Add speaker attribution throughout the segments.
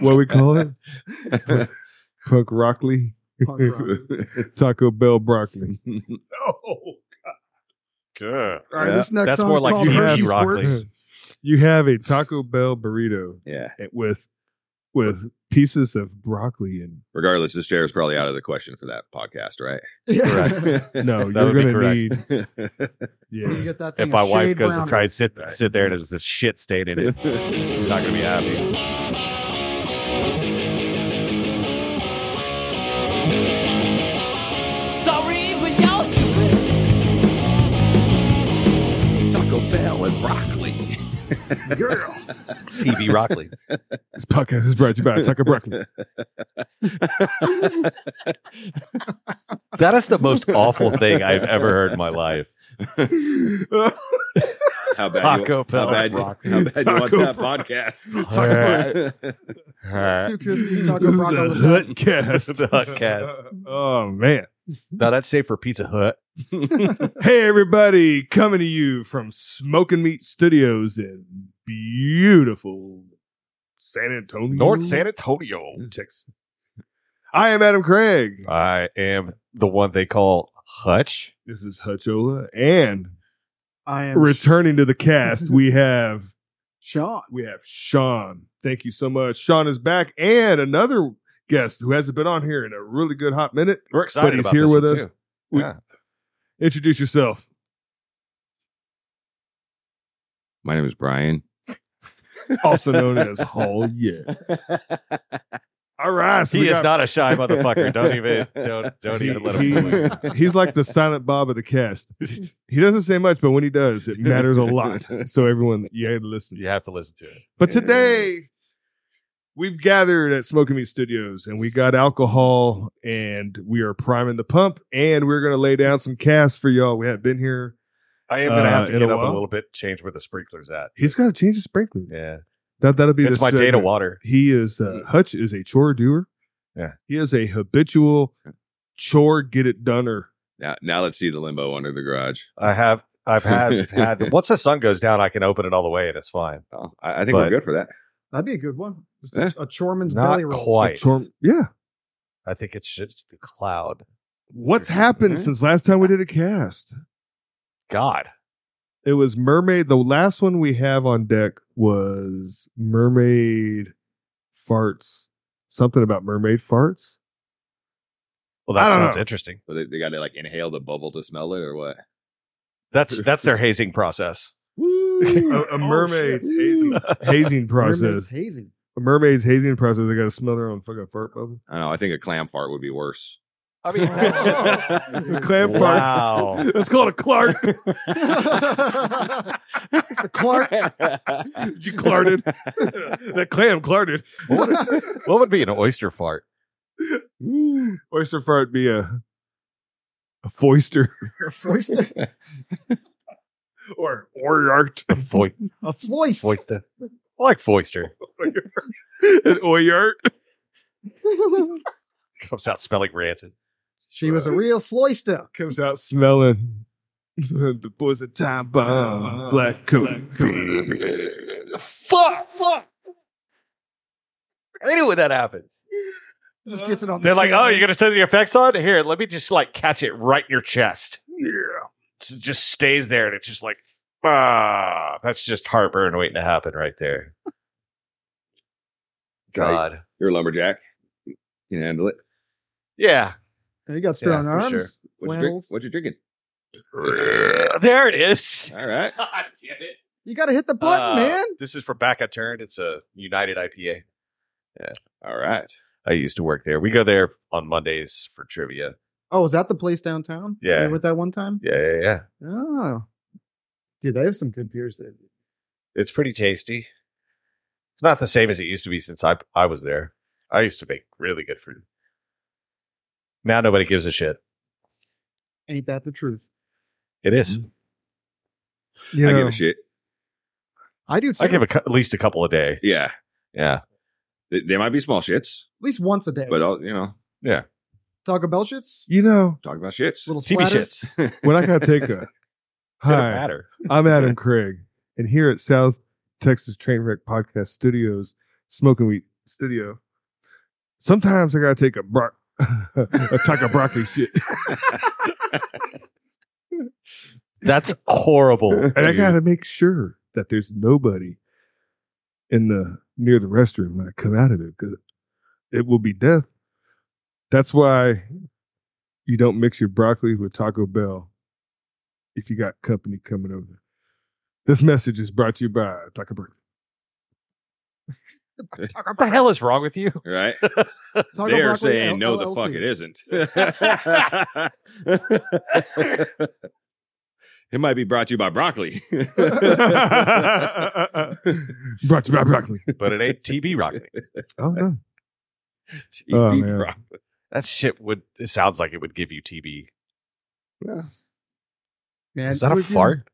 Speaker 1: what we call it? Punk Rockley.
Speaker 2: Punk rock.
Speaker 1: Taco Bell broccoli.
Speaker 2: Oh, all
Speaker 3: Good.
Speaker 2: right.
Speaker 3: Yeah.
Speaker 2: This next
Speaker 3: That's
Speaker 2: song
Speaker 3: more
Speaker 2: is
Speaker 3: like
Speaker 2: called
Speaker 1: TV
Speaker 2: Hershey
Speaker 3: Rockley.
Speaker 2: Squirts.
Speaker 1: You have a Taco Bell burrito
Speaker 3: Yeah.
Speaker 1: with with pieces of broccoli and
Speaker 4: Regardless, this chair is probably out of the question for that podcast, right?
Speaker 2: Yeah.
Speaker 1: no, you're
Speaker 3: That would be
Speaker 1: gonna
Speaker 3: correct.
Speaker 1: need
Speaker 2: When you
Speaker 1: yeah.
Speaker 2: get that thing
Speaker 3: If my
Speaker 2: of
Speaker 3: wife
Speaker 2: shade
Speaker 3: goes
Speaker 2: brown-
Speaker 3: to try and sit sit there and there's this shit stain in it, she's not gonna be happy.
Speaker 5: Sorry, but y'all stupid.
Speaker 4: Taco Bell and broccoli.
Speaker 2: girl.
Speaker 3: TV Rockley.
Speaker 1: This podcast is brought to you by Taco Broccoli.
Speaker 3: That is the most awful thing I've ever heard in my life.
Speaker 4: How bad?
Speaker 3: Taco
Speaker 4: you,
Speaker 3: Bell
Speaker 4: How bad,
Speaker 3: and broccoli.
Speaker 4: you, how bad you want
Speaker 1: Taco
Speaker 4: that
Speaker 1: Bell.
Speaker 4: podcast?
Speaker 3: All right. All right.
Speaker 2: Two Krispies Taco
Speaker 1: This is
Speaker 2: Bronco
Speaker 1: the
Speaker 2: Lasagna.
Speaker 1: Hut Cast.
Speaker 3: The Hut Cast.
Speaker 1: Oh man.
Speaker 3: Now that's safe for Pizza Hut.
Speaker 1: Hey everybody, coming to you from Smoking Meat Studios in beautiful San Antonio.
Speaker 3: Antonio.
Speaker 1: Texas. I am Adam Craig.
Speaker 3: I am the one they call Hutch.
Speaker 1: This is Hutchola. And
Speaker 2: I am
Speaker 1: returning to the cast, we have
Speaker 2: Sean.
Speaker 1: we have Sean. Thank you so much. Sean is back, and another guest who hasn't been on here in a really good hot minute.
Speaker 3: We're excited
Speaker 1: he's
Speaker 3: about
Speaker 1: here
Speaker 3: this
Speaker 1: with
Speaker 3: one,
Speaker 1: us.
Speaker 3: too.
Speaker 1: We-
Speaker 3: Yeah.
Speaker 1: Introduce yourself.
Speaker 4: My name is Brian.
Speaker 1: Also known as Hall Yeah. All right. so
Speaker 3: He
Speaker 1: we
Speaker 3: is
Speaker 1: got-
Speaker 3: not a shy motherfucker. Don't even don't don't
Speaker 1: He-
Speaker 3: even let him fool you.
Speaker 1: He's like the silent Bob of the cast. He doesn't say much, but when he does, it matters a lot. So everyone, you had to listen.
Speaker 3: You have to listen to it.
Speaker 1: But today, we've gathered at Smoking Meat Studios and we got alcohol and we are priming the pump and we're going to lay down some casts for y'all. We haven't been here.
Speaker 3: I am gonna
Speaker 1: Uh,
Speaker 3: have to
Speaker 1: in
Speaker 3: get
Speaker 1: a
Speaker 3: up a
Speaker 1: while?
Speaker 3: little bit, change where the sprinkler's at.
Speaker 1: He's got to change his sprinkler.
Speaker 3: Yeah.
Speaker 1: That, that'll be
Speaker 3: It's
Speaker 1: this
Speaker 3: my data
Speaker 1: segment.
Speaker 3: water.
Speaker 1: He is, uh, Hutch is a chore doer.
Speaker 3: Yeah.
Speaker 1: He is a habitual chore get it doneer.
Speaker 4: Now, now let's see the limbo under the garage.
Speaker 3: I have I've had had once the sun goes down, I can open it all the way and it's fine.
Speaker 4: Well, I, I think
Speaker 3: But-
Speaker 4: we're good for that.
Speaker 2: That'd be a good one. Just
Speaker 4: Yeah.
Speaker 2: A choreman's
Speaker 3: Eh, Not
Speaker 2: belly roll.
Speaker 3: quite.
Speaker 1: Chore, yeah.
Speaker 3: I think it's just the cloud.
Speaker 1: What's happened
Speaker 4: Mhm.
Speaker 1: since last time we did a cast?
Speaker 3: God.
Speaker 1: It was Mermaid. The last one we have on deck was Mermaid Farts. Something about mermaid farts.
Speaker 3: Well
Speaker 1: I
Speaker 3: that
Speaker 1: don't
Speaker 3: sounds
Speaker 1: know.
Speaker 3: interesting.
Speaker 4: So they, they got to like inhale the bubble to smell it, or what?
Speaker 3: That's that's their hazing process.
Speaker 1: a, a
Speaker 2: Oh,
Speaker 1: mermaid's
Speaker 2: shit.
Speaker 1: hazing, hazing
Speaker 2: Mermaid's
Speaker 1: process.
Speaker 2: hazing.
Speaker 1: A mermaid's hazing process. They got to smell their own fucking fart bubble.
Speaker 4: I don't know. I think a clam fart would be worse.
Speaker 3: I mean that's just
Speaker 1: A clam
Speaker 3: Wow.
Speaker 2: Oh.
Speaker 1: fart. That's called a Clark.
Speaker 2: Clark.
Speaker 1: you clarted. that clam clarted.
Speaker 3: what, would, what would be an oyster fart?
Speaker 1: Oyster fart be a a foister
Speaker 2: A foister.
Speaker 1: or or art.
Speaker 3: A foist,
Speaker 2: A floist.
Speaker 3: foister. I like foister.
Speaker 1: An oyart.
Speaker 3: Comes out smelling rancid.
Speaker 2: She was a real floister.
Speaker 1: comes out smelling. the boy's a time bomb. Black coat.
Speaker 3: Fuck! Fuck! I hate it when that happens.
Speaker 2: Just gets it on.
Speaker 3: They're
Speaker 2: the
Speaker 3: like,
Speaker 2: tail.
Speaker 3: oh, you're going to turn the effects on? Here, let me just like catch it right in your chest. Yeah. It just stays there and it's just like, ah, that's just heartburn waiting to happen right there. God.
Speaker 4: You're a lumberjack. You can handle it.
Speaker 3: Yeah.
Speaker 2: You got strong
Speaker 3: Yeah, for
Speaker 2: arms.
Speaker 3: sure.
Speaker 4: What you, drink,
Speaker 2: flannels.
Speaker 4: what you drinking?
Speaker 3: There it is.
Speaker 4: All right.
Speaker 3: God damn it.
Speaker 2: You got to hit the button,
Speaker 3: Uh,
Speaker 2: man.
Speaker 3: This is for Back I Turned. It's a United IPA.
Speaker 4: All right.
Speaker 3: I used to work there. We go there on Mondays for trivia.
Speaker 2: Oh, is that the place downtown?
Speaker 3: Yeah.
Speaker 2: You were with that one time.
Speaker 3: Yeah, yeah, yeah.
Speaker 2: Oh, dude, they have some good beers there.
Speaker 3: It's pretty tasty. It's not the same as it used to be since I I was there. I used to make really good food. Now nobody gives a shit.
Speaker 2: Ain't that the truth?
Speaker 3: It is.
Speaker 1: Mm-hmm. You
Speaker 4: I
Speaker 1: know,
Speaker 4: give a shit.
Speaker 2: I do too.
Speaker 3: I give a, cou- at least a couple a day.
Speaker 4: Yeah.
Speaker 3: Yeah.
Speaker 4: They, they might be small shits,
Speaker 2: at least once a day.
Speaker 4: but I'll, you know,
Speaker 2: Taco Bell shits,
Speaker 1: You know
Speaker 4: talk about shits.
Speaker 2: little
Speaker 3: TV
Speaker 2: splatters.
Speaker 3: shits.
Speaker 1: when I gotta take a
Speaker 3: Doesn't
Speaker 1: hi.
Speaker 3: matter.
Speaker 1: I'm Adam Craig, and here at South Texas Trainwreck Podcast Studios, smoking weed studio. Sometimes I gotta take a bro- a taco broccoli shit,
Speaker 3: That's horrible.
Speaker 1: and I
Speaker 4: Dude.
Speaker 1: gotta make sure that there's nobody in the near the restroom when I come out of it because it will be death. That's why you don't mix your broccoli with Taco Bell if you got company coming over. This message is brought to you by Taco Broccoli.
Speaker 3: what the hell is wrong with you?
Speaker 4: right?
Speaker 1: Taco
Speaker 4: They're
Speaker 1: Broccoli
Speaker 4: saying no, the
Speaker 1: LLC.
Speaker 4: fuck it isn't. it might be brought to you by broccoli,
Speaker 1: Brought to you by broccoli.
Speaker 3: But it ain't TB Rocket.
Speaker 1: Oh no. Oh,
Speaker 4: TB
Speaker 1: man.
Speaker 4: broccoli.
Speaker 3: That shit would. It sounds like it would give you TB.
Speaker 2: Man,
Speaker 3: Is that a
Speaker 2: what if you-
Speaker 3: fart?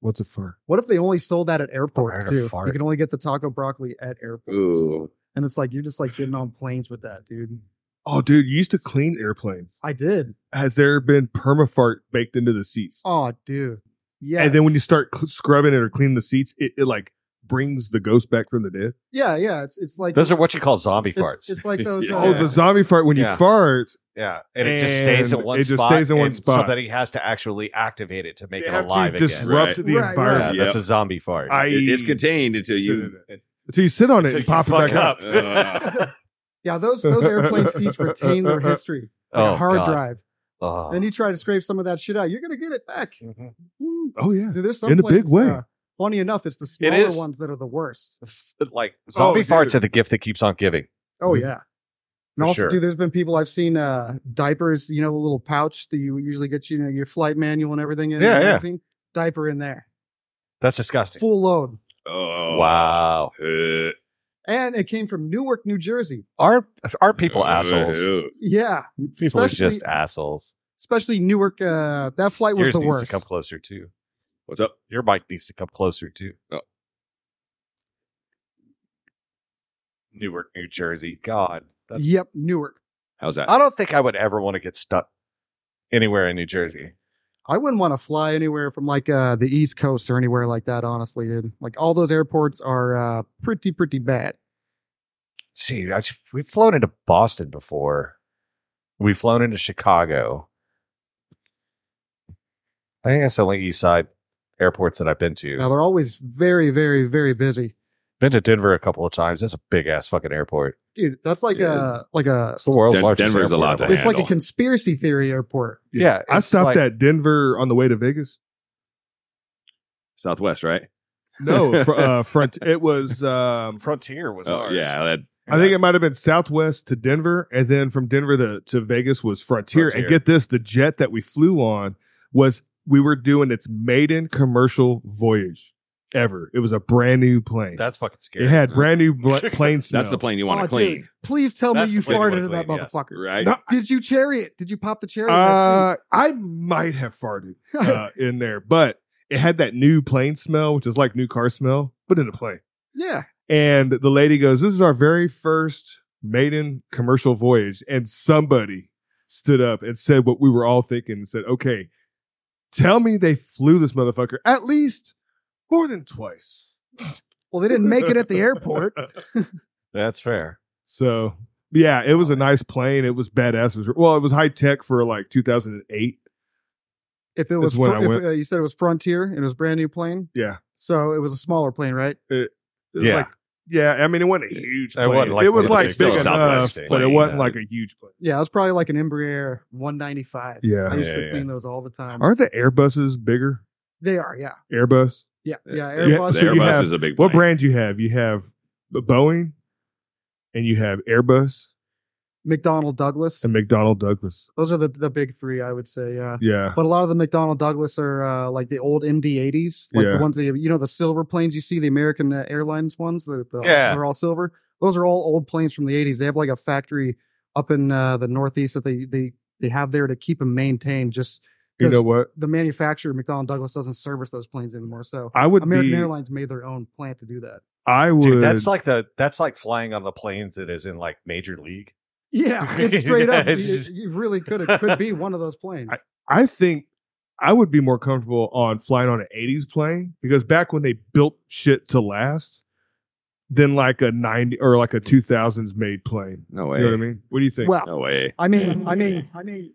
Speaker 1: What's a fur?
Speaker 2: What if they only sold that at
Speaker 3: I
Speaker 2: airports
Speaker 3: heard a
Speaker 2: too?
Speaker 3: fart.
Speaker 2: You can only get the taco broccoli at airports,
Speaker 4: Ooh,
Speaker 2: and it's like you're just like getting on planes with that, dude.
Speaker 1: Oh, dude, you used to clean airplanes.
Speaker 2: I did.
Speaker 1: Has there been permafart baked into the seats?
Speaker 2: Oh, dude. Yeah.
Speaker 1: And then when you start cl- scrubbing it or cleaning the seats, it, it like brings the ghost back from the dead.
Speaker 2: yeah, yeah, it's it's like
Speaker 3: Those are what you call zombie
Speaker 2: it's,
Speaker 3: farts.
Speaker 2: It's like those.
Speaker 4: Yeah.
Speaker 2: Uh,
Speaker 1: Oh, the zombie fart when
Speaker 3: Yeah.
Speaker 1: you fart.
Speaker 3: yeah, and, it just stays in
Speaker 1: And
Speaker 3: one
Speaker 1: it just
Speaker 3: spot.
Speaker 1: stays in one
Speaker 3: and
Speaker 1: spot.
Speaker 3: Somebody has to actually activate it to make
Speaker 1: they
Speaker 3: it
Speaker 1: have
Speaker 3: alive
Speaker 1: to
Speaker 3: again.
Speaker 1: disrupt
Speaker 4: Right.
Speaker 1: the
Speaker 2: Right,
Speaker 1: environment.
Speaker 3: yeah, that's a zombie fart.
Speaker 1: I-
Speaker 4: It- it's contained until you.
Speaker 1: Sit in So you sit on it
Speaker 3: Until
Speaker 1: and
Speaker 3: you
Speaker 1: pop it
Speaker 3: fuck Uh,
Speaker 1: back up.
Speaker 2: yeah, those those airplane seats retain their history. Like
Speaker 3: Oh,
Speaker 2: a hard
Speaker 3: God.
Speaker 2: drive.
Speaker 3: Oh.
Speaker 2: Then you try to scrape some of that shit out. You're gonna get it back.
Speaker 3: Mm-hmm.
Speaker 1: Oh yeah.
Speaker 2: Dude, there's some
Speaker 1: In a big
Speaker 2: places,
Speaker 1: way.
Speaker 2: uh, funny enough, it's the
Speaker 3: It
Speaker 2: smaller
Speaker 3: is.
Speaker 2: ones that are the worst.
Speaker 3: F- like zombie
Speaker 1: dude.
Speaker 3: farts are the gift that keeps on giving.
Speaker 2: Oh
Speaker 1: Mhm.
Speaker 2: yeah.
Speaker 3: Mm-hmm. For
Speaker 2: And also,
Speaker 3: sure.
Speaker 2: dude, there's been people I've seen uh, diapers, you know, the little pouch that you usually get, you know, your flight manual and everything in.
Speaker 3: Yeah,
Speaker 2: and
Speaker 3: yeah.
Speaker 2: everything. Diaper in there,
Speaker 3: That's disgusting.
Speaker 2: full load,
Speaker 4: oh
Speaker 3: Wow.
Speaker 4: Uh,
Speaker 2: and it came from Newark, New Jersey.
Speaker 3: Are are people assholes?
Speaker 4: uh,
Speaker 2: Yeah,
Speaker 3: People are
Speaker 2: especially,
Speaker 3: just assholes.
Speaker 2: especially Newark. Uh, that flight was
Speaker 3: Yours
Speaker 2: the
Speaker 3: needs
Speaker 2: worst.
Speaker 3: to come closer too.
Speaker 4: What's up?
Speaker 3: Your mic needs to come closer too.
Speaker 4: Oh.
Speaker 3: Newark, New Jersey. God, that's.
Speaker 2: yep, Newark.
Speaker 4: How's that?
Speaker 3: I don't think I would ever want to get stuck anywhere in New Jersey.
Speaker 2: I wouldn't want to fly anywhere from like uh, the East Coast or anywhere like that. Honestly, dude, like all those airports are uh, pretty pretty bad.
Speaker 3: See, I just, we've flown into Boston before. We've flown into Chicago. I think that's the only East Side airports that I've been to.
Speaker 2: Now they're always very very very busy,
Speaker 3: Been to Denver a couple of times. That's a big ass fucking airport.
Speaker 2: dude. That's like
Speaker 4: Yeah.
Speaker 2: a like a
Speaker 3: It's the world's
Speaker 4: Den-
Speaker 3: largest.
Speaker 4: Denver's a
Speaker 3: airport.
Speaker 4: lot to
Speaker 2: it's like a
Speaker 4: handle.
Speaker 2: conspiracy theory airport.
Speaker 3: Yeah,
Speaker 1: I
Speaker 3: it's
Speaker 1: stopped
Speaker 3: like-
Speaker 1: at Denver on the way to Vegas.
Speaker 4: Southwest, right?
Speaker 1: No, fr- uh, front. It was um,
Speaker 3: Frontier was
Speaker 4: Oh,
Speaker 3: ours.
Speaker 4: yeah, that
Speaker 1: I think it might have been Southwest to Denver, and then from Denver to, to Vegas was Frontier.
Speaker 3: Frontier.
Speaker 1: And get this, the jet that we flew on was we were doing its maiden commercial voyage ever. It was a brand new plane.
Speaker 3: that's fucking scary.
Speaker 1: it had brand new bl- plane smell.
Speaker 4: that's the plane you want to
Speaker 2: Oh,
Speaker 4: clean,
Speaker 2: dude, please tell
Speaker 3: That's
Speaker 2: me you
Speaker 3: the way you wanna
Speaker 2: farted in that
Speaker 3: clean, yes.
Speaker 2: motherfucker.
Speaker 4: right?
Speaker 1: No.
Speaker 2: Did you cherry it? Did you pop the cherry? in that
Speaker 1: Uh, I might have farted uh, in there, but it had that new plane smell, which is like new car smell, but in a plane.
Speaker 2: seat? yeah.
Speaker 1: And the lady goes, This is our very first maiden commercial voyage. And somebody stood up and said what we were all thinking and said, Okay, tell me they flew this motherfucker at least more than twice.
Speaker 2: Well, they didn't make it at the airport.
Speaker 3: That's fair.
Speaker 1: So, yeah, it was a nice plane. It was badass. It was, well, it was high tech for like 2008.
Speaker 2: If it was,
Speaker 1: That's when
Speaker 2: fr-
Speaker 1: I
Speaker 2: if,
Speaker 1: went.
Speaker 2: uh, you said it was Frontier and it was a brand new plane.
Speaker 1: Yeah.
Speaker 2: So it was a smaller plane, right?
Speaker 1: It was
Speaker 3: Yeah.
Speaker 1: like- yeah, I mean, it wasn't a huge
Speaker 3: It
Speaker 1: plane. It,
Speaker 3: wasn't like
Speaker 1: was
Speaker 3: one of
Speaker 1: like
Speaker 3: the
Speaker 1: big,
Speaker 3: big
Speaker 1: enough,
Speaker 4: Southwest
Speaker 1: but it
Speaker 3: plane,
Speaker 1: wasn't
Speaker 3: uh,
Speaker 1: like a huge plane.
Speaker 2: Yeah, it was probably like an Embraer 195. I
Speaker 1: Yeah.
Speaker 2: used to
Speaker 3: Yeah, yeah,
Speaker 2: clean those all the time.
Speaker 1: Aren't the Airbuses bigger?
Speaker 2: They are, yeah,
Speaker 1: Airbus?
Speaker 2: yeah,
Speaker 4: Yeah.
Speaker 2: yeah.
Speaker 1: Yeah,
Speaker 2: Airbus,
Speaker 4: The
Speaker 1: so you
Speaker 4: Airbus
Speaker 1: have-
Speaker 4: is a big.
Speaker 1: What
Speaker 4: plane.
Speaker 1: brand you have? You have B- Boeing, and you have Airbus
Speaker 2: McDonnell Douglas.
Speaker 1: and McDonnell Douglas.
Speaker 2: Those are the the big three, I would say. Yeah.
Speaker 1: Yeah,
Speaker 2: But a lot of the McDonnell Douglas are uh, like the old MD-80s, like
Speaker 1: Yeah.
Speaker 2: the ones that you know the silver planes you see, the American uh, Airlines ones that the,
Speaker 3: Yeah.
Speaker 2: they're all silver. Those are all old planes from the 80s. They have like a factory up in uh, the Northeast that they they they have there to keep them maintained. Just
Speaker 1: you know
Speaker 2: because
Speaker 1: what?
Speaker 2: the manufacturer McDonnell Douglas doesn't service those planes anymore, so
Speaker 1: I would
Speaker 2: American
Speaker 1: be.
Speaker 2: Airlines made their own plant to do that.
Speaker 1: I would.
Speaker 3: Dude, that's like the that's like flying on the planes that is in like major league.
Speaker 2: Yeah, it's straight up.
Speaker 3: Yeah, it's
Speaker 2: you,
Speaker 3: just-
Speaker 2: you really could it could be one of those planes.
Speaker 1: I think I would be more comfortable on flying on an '80s plane because back when they built shit to last, than like a 90 or like a 2000s made plane.
Speaker 4: No
Speaker 1: You
Speaker 4: way.
Speaker 1: know what I mean? What do you think?
Speaker 2: Well,
Speaker 4: No way.
Speaker 2: I mean, I mean, I mean.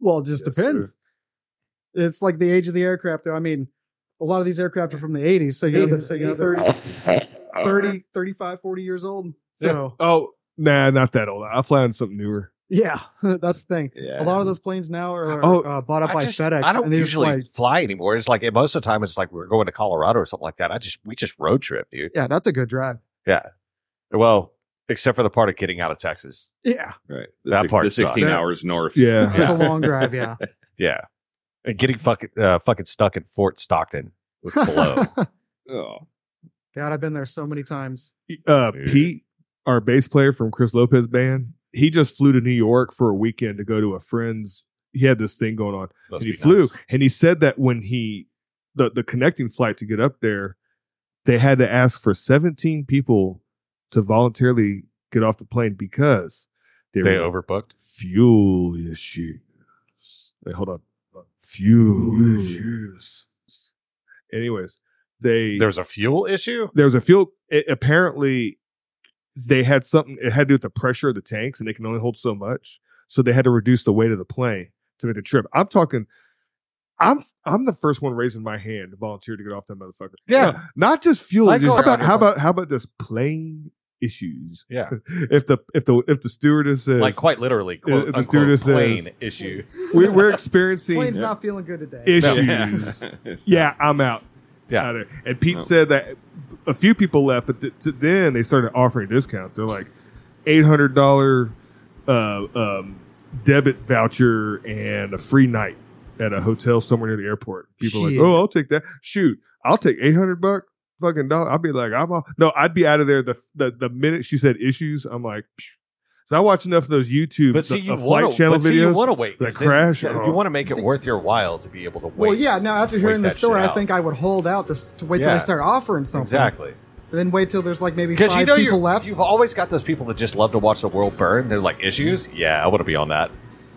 Speaker 2: Well, it just
Speaker 1: Yes,
Speaker 2: depends. It's like the age of the aircraft, though. I mean, a lot of these aircraft are from the 80s, so you know, so you know, 30, 30, 35, 40 years old. So,
Speaker 1: oh, nah, not that old. I fly on something newer.
Speaker 2: yeah, that's the thing.
Speaker 4: Yeah.
Speaker 2: A lot of those planes now are,
Speaker 1: Oh,
Speaker 2: uh, bought up
Speaker 3: I,
Speaker 2: by
Speaker 3: just-
Speaker 2: FedEx.
Speaker 3: I don't
Speaker 2: and they just
Speaker 3: usually
Speaker 2: like,
Speaker 3: fly anymore. It's like it- most of the time it's like we're going to Colorado or something like that. I just we just road trip, dude.
Speaker 2: yeah, that's a good drive.
Speaker 3: Well, except for the part of getting out of Texas.
Speaker 2: Yeah,
Speaker 4: Right. The
Speaker 3: That
Speaker 4: six-
Speaker 3: part
Speaker 4: The
Speaker 3: sucks.
Speaker 4: 16
Speaker 1: That-
Speaker 4: hours north.
Speaker 1: Yeah.
Speaker 2: that's a long drive. Yeah.
Speaker 3: Yeah, and getting fucking uh, fucking stuck in Fort Stockton was below.
Speaker 4: Oh.
Speaker 2: God, I've been there so many times.
Speaker 1: Uh,
Speaker 3: Yeah.
Speaker 1: Pete, our bass player from Chris Lopez band, he just flew to New York for a weekend to go to a friend's. He had this thing going on. and
Speaker 3: Must
Speaker 1: he
Speaker 3: be
Speaker 1: flew
Speaker 3: nice.
Speaker 1: and he said that when he the the connecting flight to get up there they had to ask for 17 people to voluntarily get off the plane because they,
Speaker 3: They
Speaker 1: were
Speaker 3: overbooked.
Speaker 1: fuel issues Wait, hold on fuel issues anyways they
Speaker 3: There was a fuel issue.
Speaker 1: there was a fuel it, apparently they had something it had to do with the pressure of the tanks and they can only hold so much so they had to reduce the weight of the plane to make the trip i'm talking i'm i'm the first one raising my hand to volunteer to get off that motherfucker
Speaker 3: Yeah. oh,
Speaker 1: Now, not just fuel
Speaker 3: I
Speaker 1: issues.
Speaker 3: go
Speaker 1: how about
Speaker 3: around
Speaker 1: how
Speaker 3: with
Speaker 1: about how about just plane issues
Speaker 3: Yeah.
Speaker 1: if the if the if the stewardess says
Speaker 3: Like quite literally, quote
Speaker 1: the
Speaker 3: unquote,
Speaker 1: stewardess is-
Speaker 3: plane issue.
Speaker 1: we, we're
Speaker 2: Plane's
Speaker 1: experiencing
Speaker 2: not feeling good today.
Speaker 1: issues yeah i'm out
Speaker 3: Yeah.
Speaker 1: out of there. And Pete
Speaker 4: No.
Speaker 1: said that a few people left, but th- to then they started offering discounts. They're like eight hundred dollar uh, um, debit voucher and a free night at a hotel somewhere near the airport. People are like,
Speaker 2: Shit.
Speaker 1: oh, I'll take that. Shoot, I'll take eight hundred buck fucking dollar. I'll be like, I'm all, no, I'd be out of there the, the the minute she said issues. I'm like. phew. So I watched enough of those YouTube
Speaker 3: But see,
Speaker 1: the-
Speaker 3: you
Speaker 1: uh,
Speaker 3: want
Speaker 1: flight
Speaker 3: to.
Speaker 1: channel
Speaker 3: But see, you
Speaker 1: videos.
Speaker 3: want to wait.
Speaker 1: that
Speaker 3: 'cause then-
Speaker 1: crash,
Speaker 3: yeah,
Speaker 1: uh,
Speaker 3: You want to make it
Speaker 2: see-
Speaker 3: worth your while to be able to wait.
Speaker 2: Well, yeah. Now after hearing
Speaker 3: that
Speaker 2: the story,
Speaker 3: shit
Speaker 2: I
Speaker 3: out.
Speaker 2: think I would hold out to, s- to wait till
Speaker 3: Yeah.
Speaker 2: they start offering something.
Speaker 3: exactly.
Speaker 2: And then wait till there's like maybe
Speaker 3: Because
Speaker 2: five
Speaker 3: you know
Speaker 2: people
Speaker 3: you
Speaker 2: left.
Speaker 3: you've always got those people that just love to watch the world burn. They're like issues. Yeah, I want to be on that.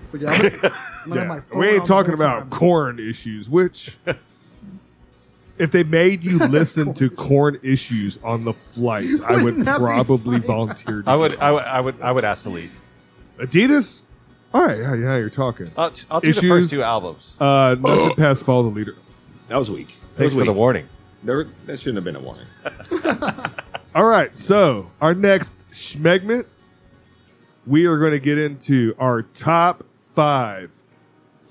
Speaker 2: So, yeah, I'm gonna- I'm gonna have
Speaker 1: Yeah.
Speaker 2: my phone
Speaker 1: We
Speaker 2: on
Speaker 1: ain't
Speaker 2: the
Speaker 1: talking
Speaker 2: whole
Speaker 1: about
Speaker 2: time.
Speaker 1: corn issues, which if they made you listen to corn issues on the flight, I would
Speaker 2: Wouldn't that be
Speaker 1: probably
Speaker 2: funny?
Speaker 1: volunteer. To
Speaker 3: I
Speaker 1: do
Speaker 3: would,
Speaker 1: it.
Speaker 3: I would, I would, I would ask to leave.
Speaker 1: Adidas. All right, yeah, yeah, you're talking.
Speaker 3: I'll, t- I'll do the
Speaker 1: Issues?
Speaker 3: first two albums.
Speaker 1: Uh, nothing past follow the leader.
Speaker 4: That was weak. That
Speaker 3: Thanks
Speaker 4: was
Speaker 3: for the
Speaker 4: weak.
Speaker 3: warning.
Speaker 4: There- that shouldn't have been a warning.
Speaker 1: All right, so our next schmegment, we are going to get into our top five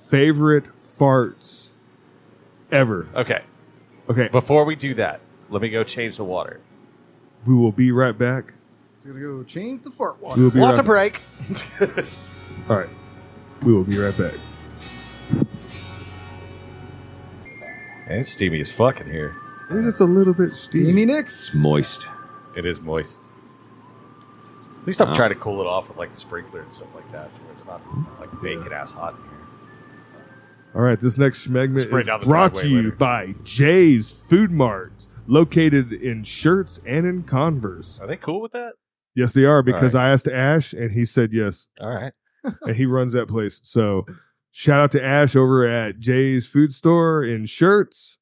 Speaker 1: favorite farts ever.
Speaker 3: Okay,
Speaker 1: Okay,
Speaker 3: before we do that, let me go change the water.
Speaker 1: we will be right back.
Speaker 2: He's gonna go change the fart
Speaker 1: We
Speaker 2: water.
Speaker 1: will be
Speaker 3: Water
Speaker 1: right back.
Speaker 3: break.
Speaker 1: All right. We will be right back.
Speaker 3: Man, it's steamy as fuck in here.
Speaker 1: It is a little bit steamy.
Speaker 2: Steamy Nicks.
Speaker 4: It's moist.
Speaker 3: It is moist. At least I'm
Speaker 4: Oh.
Speaker 3: trying to cool it off with like the sprinkler and stuff like that, where it's not like bacon ass hot in here.
Speaker 1: All right, this next segment
Speaker 3: Spray
Speaker 1: is
Speaker 3: down the
Speaker 1: brought
Speaker 3: driveway
Speaker 1: to you
Speaker 3: later.
Speaker 1: by Jay's Food Mart, located in shirts and in Converse.
Speaker 3: Are they cool with that?
Speaker 1: Yes, they are because I asked Ash and he said yes,
Speaker 3: All right.
Speaker 1: and he runs that place. So, shout out to Ash over at Jay's Food Store in shirts,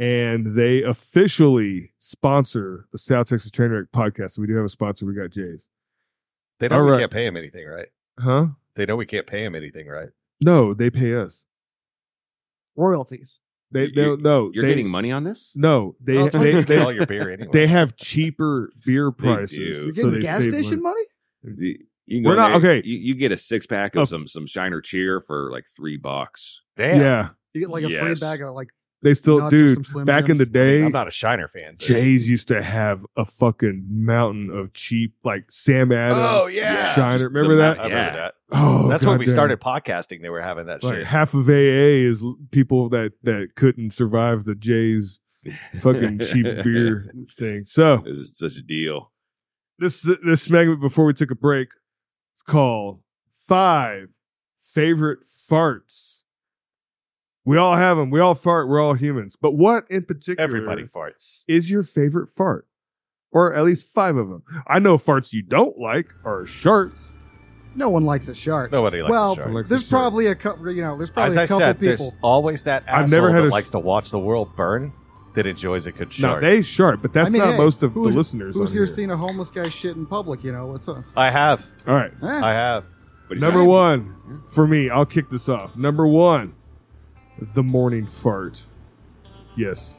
Speaker 1: and they officially sponsor the South Texas Trainwreck podcast. We do have a sponsor. We got Jay's,
Speaker 3: They know
Speaker 1: All
Speaker 3: we
Speaker 1: right.
Speaker 3: can't pay him anything, right?
Speaker 1: huh?
Speaker 3: They know we can't pay him anything, right?
Speaker 1: No, they pay us.
Speaker 2: Royalties.
Speaker 1: They
Speaker 4: You-
Speaker 1: no no.
Speaker 4: You're
Speaker 1: they-
Speaker 4: getting money on this?
Speaker 1: No, they
Speaker 2: Oh, that's
Speaker 1: they,
Speaker 2: fine.
Speaker 1: they,
Speaker 3: all your beer anyway.
Speaker 1: they have cheaper beer
Speaker 4: They do.
Speaker 1: prices.
Speaker 4: You're
Speaker 2: You're
Speaker 1: so
Speaker 2: getting
Speaker 1: they
Speaker 2: gas
Speaker 1: save
Speaker 2: station
Speaker 1: money.
Speaker 2: money.
Speaker 4: You, you can go
Speaker 1: We're
Speaker 4: in
Speaker 1: not-
Speaker 4: there,
Speaker 1: okay.
Speaker 4: You, you get a six pack of
Speaker 1: Oh.
Speaker 4: some some Shiner Cheer for like three bucks.
Speaker 3: Damn.
Speaker 1: Yeah,
Speaker 2: You get like a free
Speaker 4: Yes.
Speaker 2: bag of like
Speaker 1: they still,
Speaker 2: nuts or some
Speaker 1: dude.
Speaker 2: Slim
Speaker 1: Back in
Speaker 2: Jims.
Speaker 1: the day,
Speaker 3: I'm not a Shiner fan. but-
Speaker 1: Jays used to have a fucking mountain of cheap, like Sam Adams.
Speaker 3: Oh, yeah.
Speaker 1: Shiner.
Speaker 4: Just
Speaker 1: Remember
Speaker 4: the
Speaker 3: I
Speaker 1: that?
Speaker 4: mountain.
Speaker 3: remember
Speaker 4: Yeah.
Speaker 3: that.
Speaker 1: Oh,
Speaker 3: That's when we
Speaker 1: goddamn.
Speaker 3: started podcasting. They were having that
Speaker 1: Like
Speaker 3: shit.
Speaker 1: half of AA is l- people that that couldn't survive the Jays fucking cheap beer thing. So
Speaker 4: It's such a deal.
Speaker 1: this this segment before we took a break. It's called Five Favorite Farts. We all have them. We all fart. We're all humans. But what in particular
Speaker 3: Everybody farts.
Speaker 1: is your favorite fart? Or at least five of them. I know farts you don't like are sharts.
Speaker 2: No one likes a shark.
Speaker 3: Nobody likes
Speaker 2: Well,
Speaker 3: a shark.
Speaker 1: like- Likes a
Speaker 2: There's
Speaker 1: shark.
Speaker 2: probably a couple. You know, there's probably
Speaker 3: As I
Speaker 2: a couple
Speaker 3: said, there's
Speaker 2: people.
Speaker 3: always that asshole
Speaker 1: I've never had
Speaker 3: that
Speaker 1: a-
Speaker 3: likes to watch the world burn. that enjoys a good
Speaker 1: Now
Speaker 3: shark.
Speaker 1: they's sharp, but that's
Speaker 2: I mean,
Speaker 1: not
Speaker 2: hey,
Speaker 1: most of the
Speaker 2: who's-
Speaker 1: listeners.
Speaker 2: Who's
Speaker 1: on here
Speaker 2: here seen a homeless guy shit in public? You know what's up?
Speaker 3: I have.
Speaker 1: All right.
Speaker 2: Eh,
Speaker 3: I have.
Speaker 4: But he's
Speaker 1: Number
Speaker 4: not-
Speaker 1: one for me, I'll kick this off. Number one, the morning fart. Yes,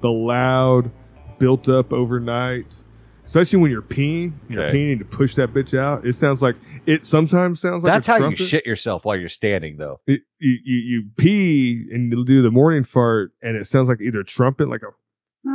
Speaker 1: the loud, built up overnight, especially when you're peeing. You're
Speaker 3: Okay.
Speaker 1: peeing to push that bitch out. It sounds like it sometimes sounds like
Speaker 3: That's
Speaker 1: a
Speaker 3: how
Speaker 1: trumpet.
Speaker 3: you shit yourself while you're standing, though.
Speaker 1: It- you, you you pee and you do the morning fart, and it sounds like either trumpet, like a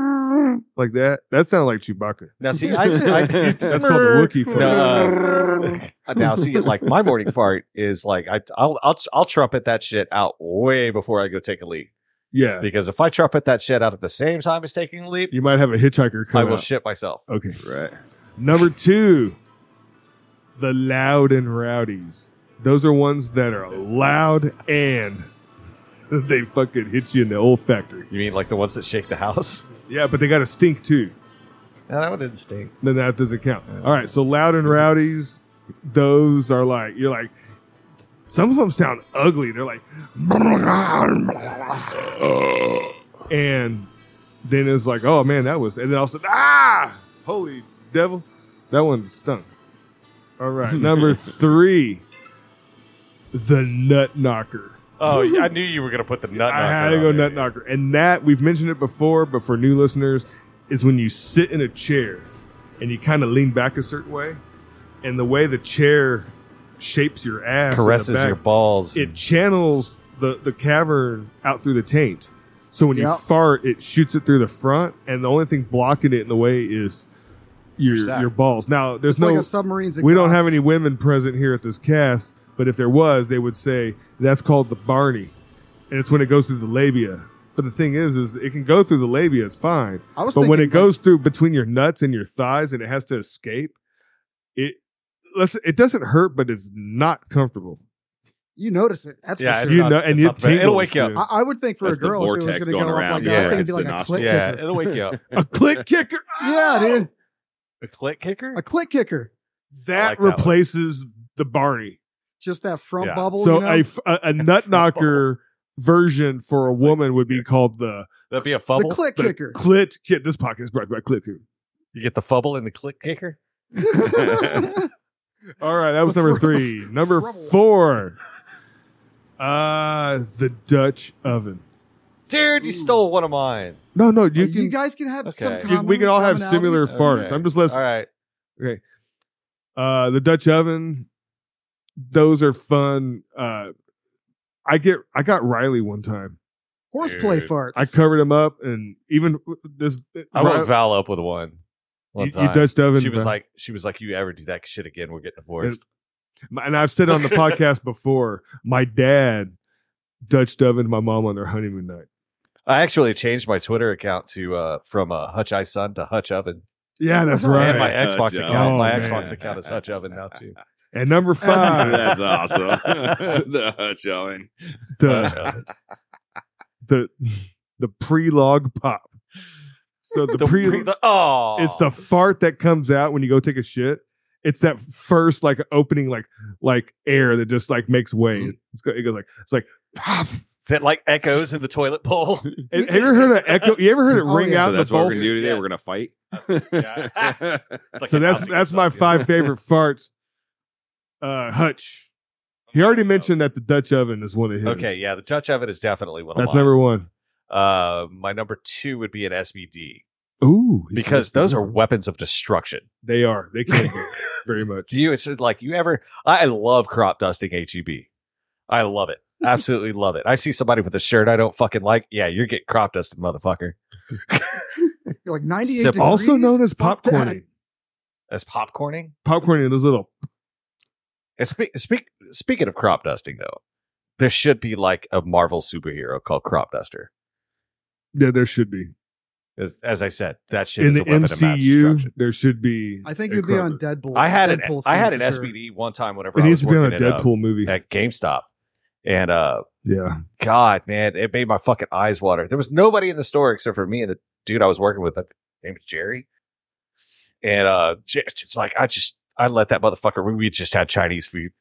Speaker 1: like that. That sounds like Chewbacca.
Speaker 3: Now, see, I, I
Speaker 1: That's called the Wookiee fart.
Speaker 3: No, uh, now, see, like my morning fart is like I, I'll, I'll I'll trumpet that shit out way before I go take a leak
Speaker 1: Yeah,
Speaker 3: because if I trumpet that shit out at the same time as taking a leak,
Speaker 1: you might have a hitchhiker
Speaker 3: I
Speaker 1: come
Speaker 3: will
Speaker 1: out.
Speaker 3: shit myself.
Speaker 1: okay.
Speaker 4: Right.
Speaker 1: Number two, the loud and rowdies. Those are ones that are loud and they fucking hit you in the olfactory.
Speaker 3: You mean like the ones that shake the house?
Speaker 1: Yeah, but they got to stink too.
Speaker 3: No, that one didn't stink.
Speaker 1: Then that doesn't count. All right, so loud and rowdies, those are like, you're like, some of them sound ugly. They're like, and then it's like, oh man, that was, and then all of a sudden, ah, holy devil, that one stunk. All right, number three, the nut knocker.
Speaker 3: Oh, yeah, I knew you were gonna put the nut.
Speaker 1: I
Speaker 3: knocker
Speaker 1: had to
Speaker 3: on
Speaker 1: go
Speaker 3: there.
Speaker 1: nut knocker, and that we've mentioned it before, but for new listeners, is when you sit in a chair and you kind of lean back a certain way, and the way the chair shapes your ass, in the
Speaker 3: Caresses your
Speaker 1: back,
Speaker 3: balls.
Speaker 1: it channels the the cavern out through the taint. So when you
Speaker 2: Yep.
Speaker 1: fart, it shoots it through the front, and the only thing blocking it in the way is your
Speaker 3: Your sack.
Speaker 1: your, balls. Now there's
Speaker 2: it's
Speaker 1: no
Speaker 2: like a submarine's. Exhaust.
Speaker 1: we don't have any women present here at this cast, but if there was, they would say that's called the Barney, and it's when it goes through the labia. But the thing is, is it can go through the labia, it's fine.
Speaker 2: I was
Speaker 1: But when it
Speaker 2: thinking, like,
Speaker 1: goes through between your nuts and your thighs, and it has to escape, it let's it doesn't hurt, but it's not comfortable.
Speaker 2: you notice it. That's
Speaker 3: yeah,
Speaker 2: for
Speaker 3: it's
Speaker 2: sure.
Speaker 1: You
Speaker 3: not-
Speaker 1: know,
Speaker 3: it's
Speaker 1: and
Speaker 3: not
Speaker 1: it
Speaker 3: the best. it'll
Speaker 1: tingles,
Speaker 3: wake you up.
Speaker 1: dude.
Speaker 2: I, I would think for
Speaker 4: That's
Speaker 2: a
Speaker 4: the
Speaker 2: girl if it was
Speaker 4: vortex
Speaker 2: going to go
Speaker 4: going
Speaker 2: off
Speaker 4: around.
Speaker 2: like
Speaker 3: Yeah,
Speaker 2: that, I think it'd
Speaker 4: it's
Speaker 2: be
Speaker 4: the
Speaker 2: like a
Speaker 4: nostril.
Speaker 2: click
Speaker 3: Yeah,
Speaker 2: kicker.
Speaker 3: it'll wake you up.
Speaker 1: A click kicker,
Speaker 2: Yeah, dude,
Speaker 3: A click kicker.
Speaker 2: a click kicker.
Speaker 1: that
Speaker 3: like that one.
Speaker 1: replaces the Barney.
Speaker 2: Just that front
Speaker 3: Yeah.
Speaker 2: bubble.
Speaker 1: so
Speaker 2: you know?
Speaker 1: a f- a, a nut knocker version for a woman would be called the
Speaker 3: That'd be a
Speaker 2: the
Speaker 3: fumble.
Speaker 2: click
Speaker 1: the
Speaker 2: kicker.
Speaker 1: clit. Kid, this podcast is brought by Clit Kicker.
Speaker 3: you get the fumble and the click kicker.
Speaker 1: All right, that was number three. Number four, uh, the Dutch oven.
Speaker 3: Dude, you stole one of mine.
Speaker 1: No, no, you
Speaker 2: you,
Speaker 1: can.
Speaker 2: guys can have some.
Speaker 3: Okay.
Speaker 1: you- we can all have
Speaker 2: common-
Speaker 1: similar
Speaker 2: commonalities.
Speaker 1: farts.
Speaker 3: Okay.
Speaker 1: I'm just listening.
Speaker 3: All right.
Speaker 1: Okay, uh, the Dutch oven. Those are fun. Uh, I get. I got Riley one time.
Speaker 2: horseplay
Speaker 3: Dude.
Speaker 2: farts.
Speaker 1: I covered him up, and even this.
Speaker 3: I woke Val up with one.
Speaker 1: you,
Speaker 3: One
Speaker 1: you
Speaker 3: time.
Speaker 1: Dutch oven.
Speaker 3: she was
Speaker 1: Val.
Speaker 3: like, she was like, you ever do that shit again, we're getting divorced.
Speaker 1: My- and I've said on the podcast before, my dad Dutch ovened my mom on their honeymoon night.
Speaker 3: I actually changed my Twitter account to uh, from uh, Hutch I Son to Hutch Oven,
Speaker 1: Yeah, that's
Speaker 2: And
Speaker 1: right.
Speaker 3: and my
Speaker 4: Hutch
Speaker 3: Xbox
Speaker 4: Oven.
Speaker 3: account,
Speaker 1: Oh,
Speaker 3: my
Speaker 1: man.
Speaker 3: Xbox account is Hutch Oven now too.
Speaker 1: and number five,
Speaker 4: That's awesome. the hutch oven.
Speaker 1: the the the pre-log pop. So the,
Speaker 3: The
Speaker 1: pre,
Speaker 3: pre- the- oh,
Speaker 1: it's the fart that comes out when you go take a shit. It's that first like opening like like air that just like makes way. It's go, it goes like it's like "Puff."
Speaker 3: that like echoes in the toilet bowl.
Speaker 1: Have you ever heard an echo? You ever heard it
Speaker 2: Oh,
Speaker 1: ring
Speaker 2: yeah.
Speaker 1: out
Speaker 4: So
Speaker 1: in
Speaker 4: that's
Speaker 1: the
Speaker 4: what
Speaker 1: bowl?
Speaker 4: we're gonna do today.
Speaker 3: Yeah.
Speaker 4: We're gonna fight.
Speaker 3: Yeah. Like
Speaker 1: so
Speaker 3: an
Speaker 1: that's
Speaker 3: outing or
Speaker 1: that's my
Speaker 3: something.
Speaker 1: five favorite farts. Uh, Hutch, he already mentioned that the Dutch oven is one of his.
Speaker 3: Oh. Okay, yeah, the Dutch Oven is definitely one.
Speaker 1: that's
Speaker 3: of mine.
Speaker 1: number one.
Speaker 3: Uh, my number two would be an SBD
Speaker 1: Ooh, he
Speaker 3: because
Speaker 1: said
Speaker 3: those are
Speaker 1: number one.
Speaker 3: weapons of destruction.
Speaker 1: they are they can't get very much.
Speaker 3: Do you? It's like you ever? I love crop dusting HEB. I love it. Absolutely love it. I see somebody with a shirt I don't fucking like. Yeah, you're getting crop dusted, motherfucker.
Speaker 2: You're like 98
Speaker 3: Sip-
Speaker 2: degrees.
Speaker 1: Also known as
Speaker 2: Fuck that.
Speaker 1: popcorning.
Speaker 3: That's popcorning.
Speaker 1: popcorn in those little
Speaker 3: And speak, speak, speaking of crop dusting, though, there should be like a Marvel superhero called Crop Duster.
Speaker 1: yeah there should be
Speaker 3: As, as I said, that shit
Speaker 1: in
Speaker 3: is
Speaker 1: the
Speaker 3: a weapon of
Speaker 1: mcu
Speaker 3: mass destruction.
Speaker 1: there should be
Speaker 2: I think
Speaker 1: a
Speaker 2: you'd be on
Speaker 1: crossover.
Speaker 2: Deadpool.
Speaker 3: I had an
Speaker 2: Deadpool's
Speaker 3: I had an
Speaker 2: gonna be
Speaker 3: SBD one time whenever
Speaker 1: it
Speaker 3: I
Speaker 1: needs
Speaker 3: was
Speaker 1: to be on
Speaker 3: working
Speaker 1: a
Speaker 3: at, uh,
Speaker 1: deadpool movie
Speaker 3: at GameStop, and uh,
Speaker 1: yeah
Speaker 3: God, man, it made my fucking eyes water. There was nobody in the store except for me and the dude I was working with. His name was Jerry. And uh, J- it's like I just I let that motherfucker. We, we just had Chinese food,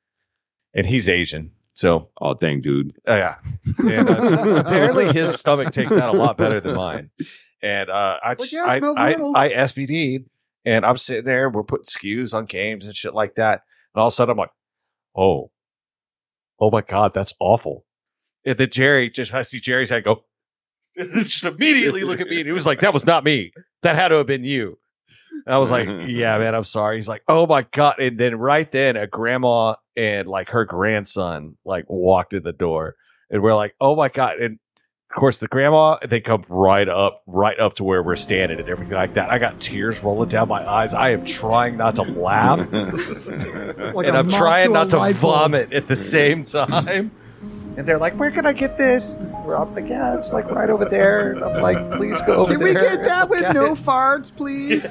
Speaker 3: and he's Asian, So
Speaker 4: Oh, dang, dude.
Speaker 3: uh, yeah, and uh, so apparently his stomach takes that a lot better than mine. And uh, I
Speaker 2: It's like,
Speaker 3: just
Speaker 2: yeah, it smells
Speaker 3: I,
Speaker 2: normal.
Speaker 3: I, I SBD and I'm sitting there. We're putting skews on games and shit like that. And all of a sudden I'm like, oh, oh my god, that's awful. And then Jerry just I see Jerry's head go. just immediately look at me and he was like, that was not me. That had to have been you. And I was like, yeah, man, I'm sorry. He's like, oh my God. And then right then, a grandma and like her grandson like walked in the door. And we're like, oh my God. And of course, the grandma, they come right up, right up to where we're standing and everything like that. I got tears rolling down my eyes. I am trying not to laugh
Speaker 2: Like
Speaker 3: and
Speaker 2: a
Speaker 3: I'm
Speaker 2: moth
Speaker 3: trying
Speaker 2: a
Speaker 3: not to
Speaker 2: light bulb.
Speaker 3: vomit at the same time. And they're like, "Where can I get this?" And we're- I'm like, "Yeah, it's like right over there." And I'm like, "Please go over
Speaker 2: Can
Speaker 3: there."
Speaker 2: we get that with
Speaker 3: Yeah.
Speaker 2: no farts, please?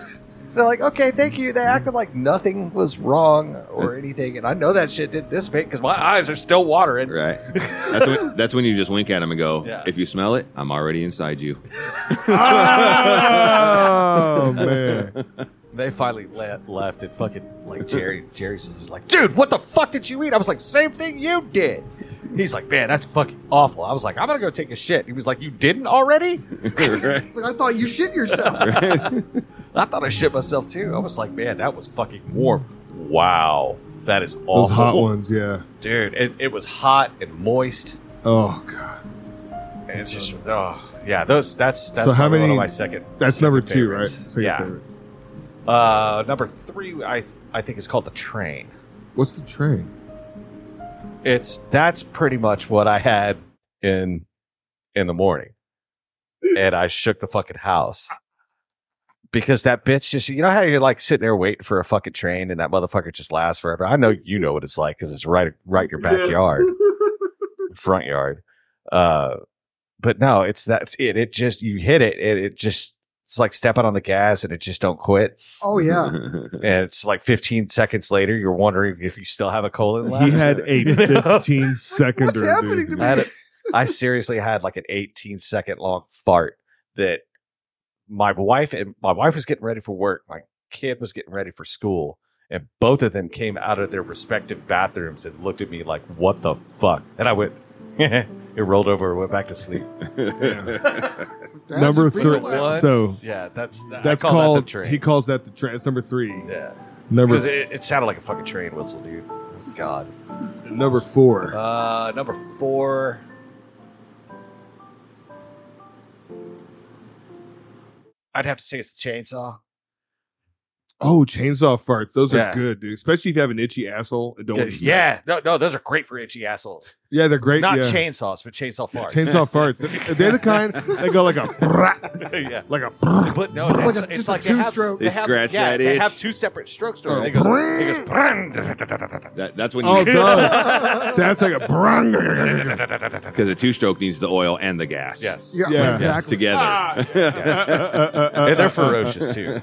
Speaker 3: They're like, "Okay, thank you." They acted like nothing was wrong or anything, and I know that shit didn't dissipate because my eyes are still watering.
Speaker 4: Right. That's when, that's when you just wink at him and go,
Speaker 3: Yeah.
Speaker 4: if you smell it, I'm already inside you.
Speaker 1: Oh man.
Speaker 3: They finally le- left, and fucking like Jerry, Jerry says, "He's like, dude, what the fuck did you eat?" I was like, "Same thing you did." He's like, "Man, that's fucking awful." I was like, "I'm gonna go take a shit." He was like, "You didn't already?"
Speaker 4: right.
Speaker 2: It's like I thought you shit yourself.
Speaker 4: Right.
Speaker 3: I thought I shit myself too. I was like, man, that was fucking warm. Wow. That is awful.
Speaker 1: Those hot ones, yeah.
Speaker 3: Dude, it, it was hot and moist.
Speaker 1: Oh god.
Speaker 3: And it's just, oh, yeah, those, that's, that's
Speaker 1: So how
Speaker 3: probably one
Speaker 1: many-
Speaker 3: of my second.
Speaker 1: That's
Speaker 3: second
Speaker 1: number two, right?
Speaker 3: favorites.
Speaker 1: Second
Speaker 3: yeah.
Speaker 1: favorite.
Speaker 3: Uh, number three, I, I think is called The Train.
Speaker 1: What's the train?
Speaker 3: It's, that's pretty much what I had in, in the morning. And I shook the fucking house. Because that bitch just, you know how you're like sitting there waiting for a fucking train and that motherfucker just lasts forever. I know you know what it's like because it's right, right in your backyard. front yard. Uh, but no, it's that it. It just you hit it. It, it just it's like stepping on the gas and it just don't quit.
Speaker 2: Oh yeah.
Speaker 3: And it's like 15 seconds later, you're wondering if you still have a colon left.
Speaker 1: He had a
Speaker 3: You know?
Speaker 1: 15 second.
Speaker 2: What's happening to
Speaker 3: I, had a, I seriously had like an 18 second long fart that my wife and my wife was getting ready for work. My kid was getting ready for school. And both of them came out of their respective bathrooms and looked at me like, what the fuck? And I went, it rolled over and went back to sleep.
Speaker 2: Dad,
Speaker 1: Number
Speaker 2: just
Speaker 1: three.
Speaker 2: relax.
Speaker 1: So
Speaker 3: Yeah, that's that,
Speaker 1: that's
Speaker 3: I call
Speaker 1: called.
Speaker 3: That the train.
Speaker 1: he calls that the train. It's number three.
Speaker 3: yeah, because
Speaker 1: Number
Speaker 3: it, it sounded like a fucking train whistle, dude. God.
Speaker 1: number four.
Speaker 3: Uh, number four. I'd have to say it's the chainsaw.
Speaker 1: oh, chainsaw farts. Those
Speaker 3: Yeah.
Speaker 1: are good, dude. Especially if you have an itchy asshole. And don't want to smell it.
Speaker 3: Yeah, no, no, those are great for itchy assholes.
Speaker 1: yeah, they're great.
Speaker 3: Not
Speaker 1: yeah.
Speaker 3: chainsaws, but chainsaw farts.
Speaker 1: Chainsaw farts. They're the kind that go like a brrrah,
Speaker 3: yeah,
Speaker 1: like a brrrah.
Speaker 3: but no,
Speaker 2: Like
Speaker 3: that's,
Speaker 2: a,
Speaker 3: it's
Speaker 2: just
Speaker 3: like
Speaker 2: like a
Speaker 3: they
Speaker 2: two
Speaker 3: have,
Speaker 2: stroke.
Speaker 4: They
Speaker 3: they have,
Speaker 4: scratch
Speaker 3: yeah,
Speaker 4: that
Speaker 3: they
Speaker 4: itch.
Speaker 3: have two separate strokes to
Speaker 1: Oh.
Speaker 3: it. It goes, it
Speaker 4: that, that's when
Speaker 1: Oh,
Speaker 4: you
Speaker 1: it does. That's like a brrrah.
Speaker 3: goes.
Speaker 4: because a two stroke needs the oil and the gas.
Speaker 3: yes.
Speaker 2: Yeah,
Speaker 1: Yeah.
Speaker 2: exactly.
Speaker 4: Together.
Speaker 3: And they're ferocious too.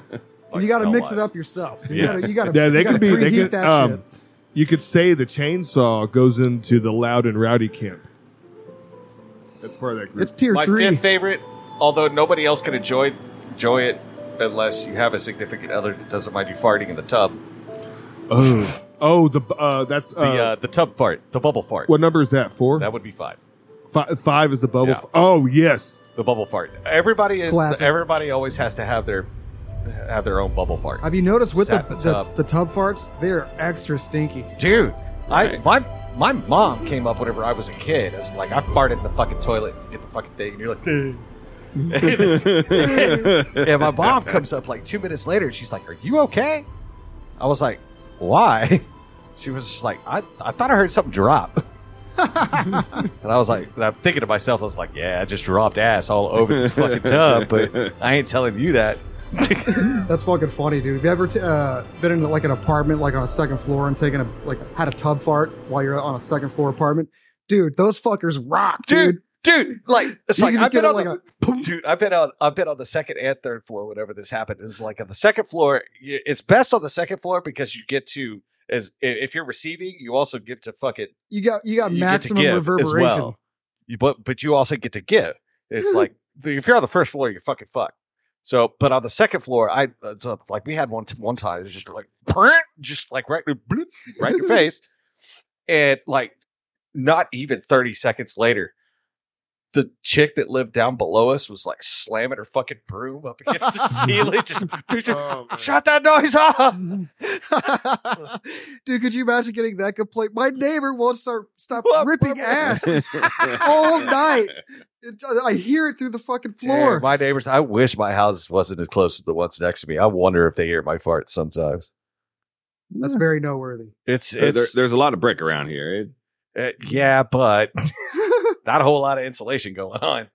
Speaker 3: Like,
Speaker 2: you got to mix it
Speaker 3: smell-wise.
Speaker 2: up yourself. You
Speaker 4: Yeah.
Speaker 2: gotta, you gotta,
Speaker 1: Yeah, they
Speaker 2: you
Speaker 1: can
Speaker 2: gotta
Speaker 1: be. They
Speaker 2: preheat
Speaker 1: can.
Speaker 2: that
Speaker 1: Um,
Speaker 2: shit.
Speaker 1: you could say the chainsaw goes into the loud and rowdy camp. That's part of that group.
Speaker 2: It's tier
Speaker 3: My
Speaker 2: three.
Speaker 3: fifth favorite, although nobody else can enjoy enjoy it unless you have a significant other that doesn't mind you farting in the tub.
Speaker 1: oh, oh, the uh, that's uh,
Speaker 3: The uh, the tub fart, the bubble fart.
Speaker 1: what number is that? Four.
Speaker 3: That would be five.
Speaker 1: Fi- five is the bubble.
Speaker 3: Yeah.
Speaker 1: f- oh yes,
Speaker 3: The bubble fart. Everybody is,
Speaker 2: Classic.
Speaker 3: everybody always has to have their have their own bubble fart.
Speaker 2: Have you noticed with the,
Speaker 3: Sat in the
Speaker 2: the,
Speaker 3: tub.
Speaker 2: the tub farts? They're extra stinky.
Speaker 3: Dude, I
Speaker 4: Right.
Speaker 3: my my mom came up whenever I was a kid. It's like I farted in the fucking toilet, get the fucking thing, and you're like And my mom comes up like two minutes later and she's like, Are you okay? I was like, Why? She was just like, I, I thought I heard something drop. and I was like, and I'm thinking to myself, I was like, Yeah, I just dropped ass all over this fucking tub, but I ain't telling you that.
Speaker 2: That's fucking funny, dude. Have you ever t- uh, been in like an apartment, like on a second floor, and taken a like had a tub fart while you're on a second floor apartment? Dude, those fuckers rock, dude.
Speaker 3: dude, dude, like it's
Speaker 2: You
Speaker 3: like
Speaker 2: can just
Speaker 3: I've been
Speaker 2: get it
Speaker 3: on
Speaker 2: like
Speaker 3: the, dude, I've been on I've been on the second and third floor whenever this happened. It's like on the second floor, y- it's best on the second floor because you get to as i- if you're receiving, you also give to fuck it.
Speaker 2: You got you got
Speaker 3: you get to
Speaker 2: maximum
Speaker 3: give as
Speaker 2: reverberation.
Speaker 3: well. You, but but you also get to give. It's like if you're on the first floor, you fucking fuck. So, but on the second floor, I uh, so, like we had one t- one time. It was just like print, just like right right in your face, and like not even 30 seconds later, the chick that lived down below us was like slamming her fucking broom up against the ceiling. Just, shut that noise off.
Speaker 2: Dude, could you imagine getting that complaint? My neighbor won't start stop
Speaker 3: What?
Speaker 2: ripping ass all night. It- I hear it through the fucking floor.
Speaker 3: Dude, my neighbors, I wish my house wasn't as close to the ones next to me. I wonder if they hear my farts sometimes.
Speaker 2: That's very noteworthy.
Speaker 3: It's,
Speaker 4: There-
Speaker 3: it's
Speaker 4: there's a lot of brick around here. It,
Speaker 3: uh, yeah, but not a whole lot of insulation going on.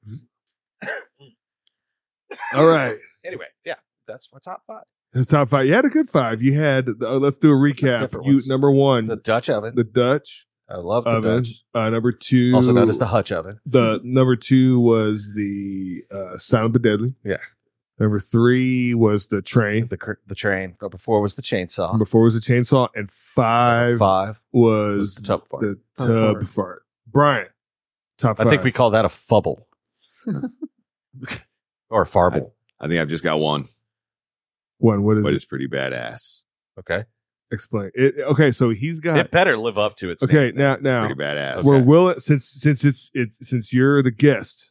Speaker 1: All right.
Speaker 3: Anyway, yeah, that's my top five.
Speaker 1: His top five. You had a good five. You had. Uh, let's do a recap.
Speaker 3: Different
Speaker 1: You
Speaker 3: ones.
Speaker 1: number one,
Speaker 3: The
Speaker 1: the,
Speaker 3: Dutch oven.
Speaker 1: Dutch
Speaker 3: I love the
Speaker 1: oven.
Speaker 3: Dutch.
Speaker 1: Uh, number two,
Speaker 3: Also known as the Hutch oven.
Speaker 1: the number two was the uh, Silent but Deadly.
Speaker 3: Yeah.
Speaker 1: Number three was the train.
Speaker 3: The cr- the train. Number four was the chainsaw.
Speaker 1: Number four was the chainsaw, and
Speaker 3: Number
Speaker 1: five,
Speaker 3: five
Speaker 1: was,
Speaker 3: was the tub fart.
Speaker 1: the
Speaker 2: Tub
Speaker 1: tub
Speaker 2: fart.
Speaker 1: fart. Brian, top.
Speaker 3: I
Speaker 1: five.
Speaker 3: think we call that a fubble or a farble.
Speaker 4: I think I've just got one,
Speaker 1: one. What is
Speaker 4: but
Speaker 1: it?
Speaker 4: it's pretty badass.
Speaker 3: Okay,
Speaker 1: Explain it. Okay, so he's got.
Speaker 3: it better live up to its.
Speaker 1: okay,
Speaker 3: name.
Speaker 1: now now
Speaker 4: Pretty badass.
Speaker 1: we're willing since since it's it's since you're the guest,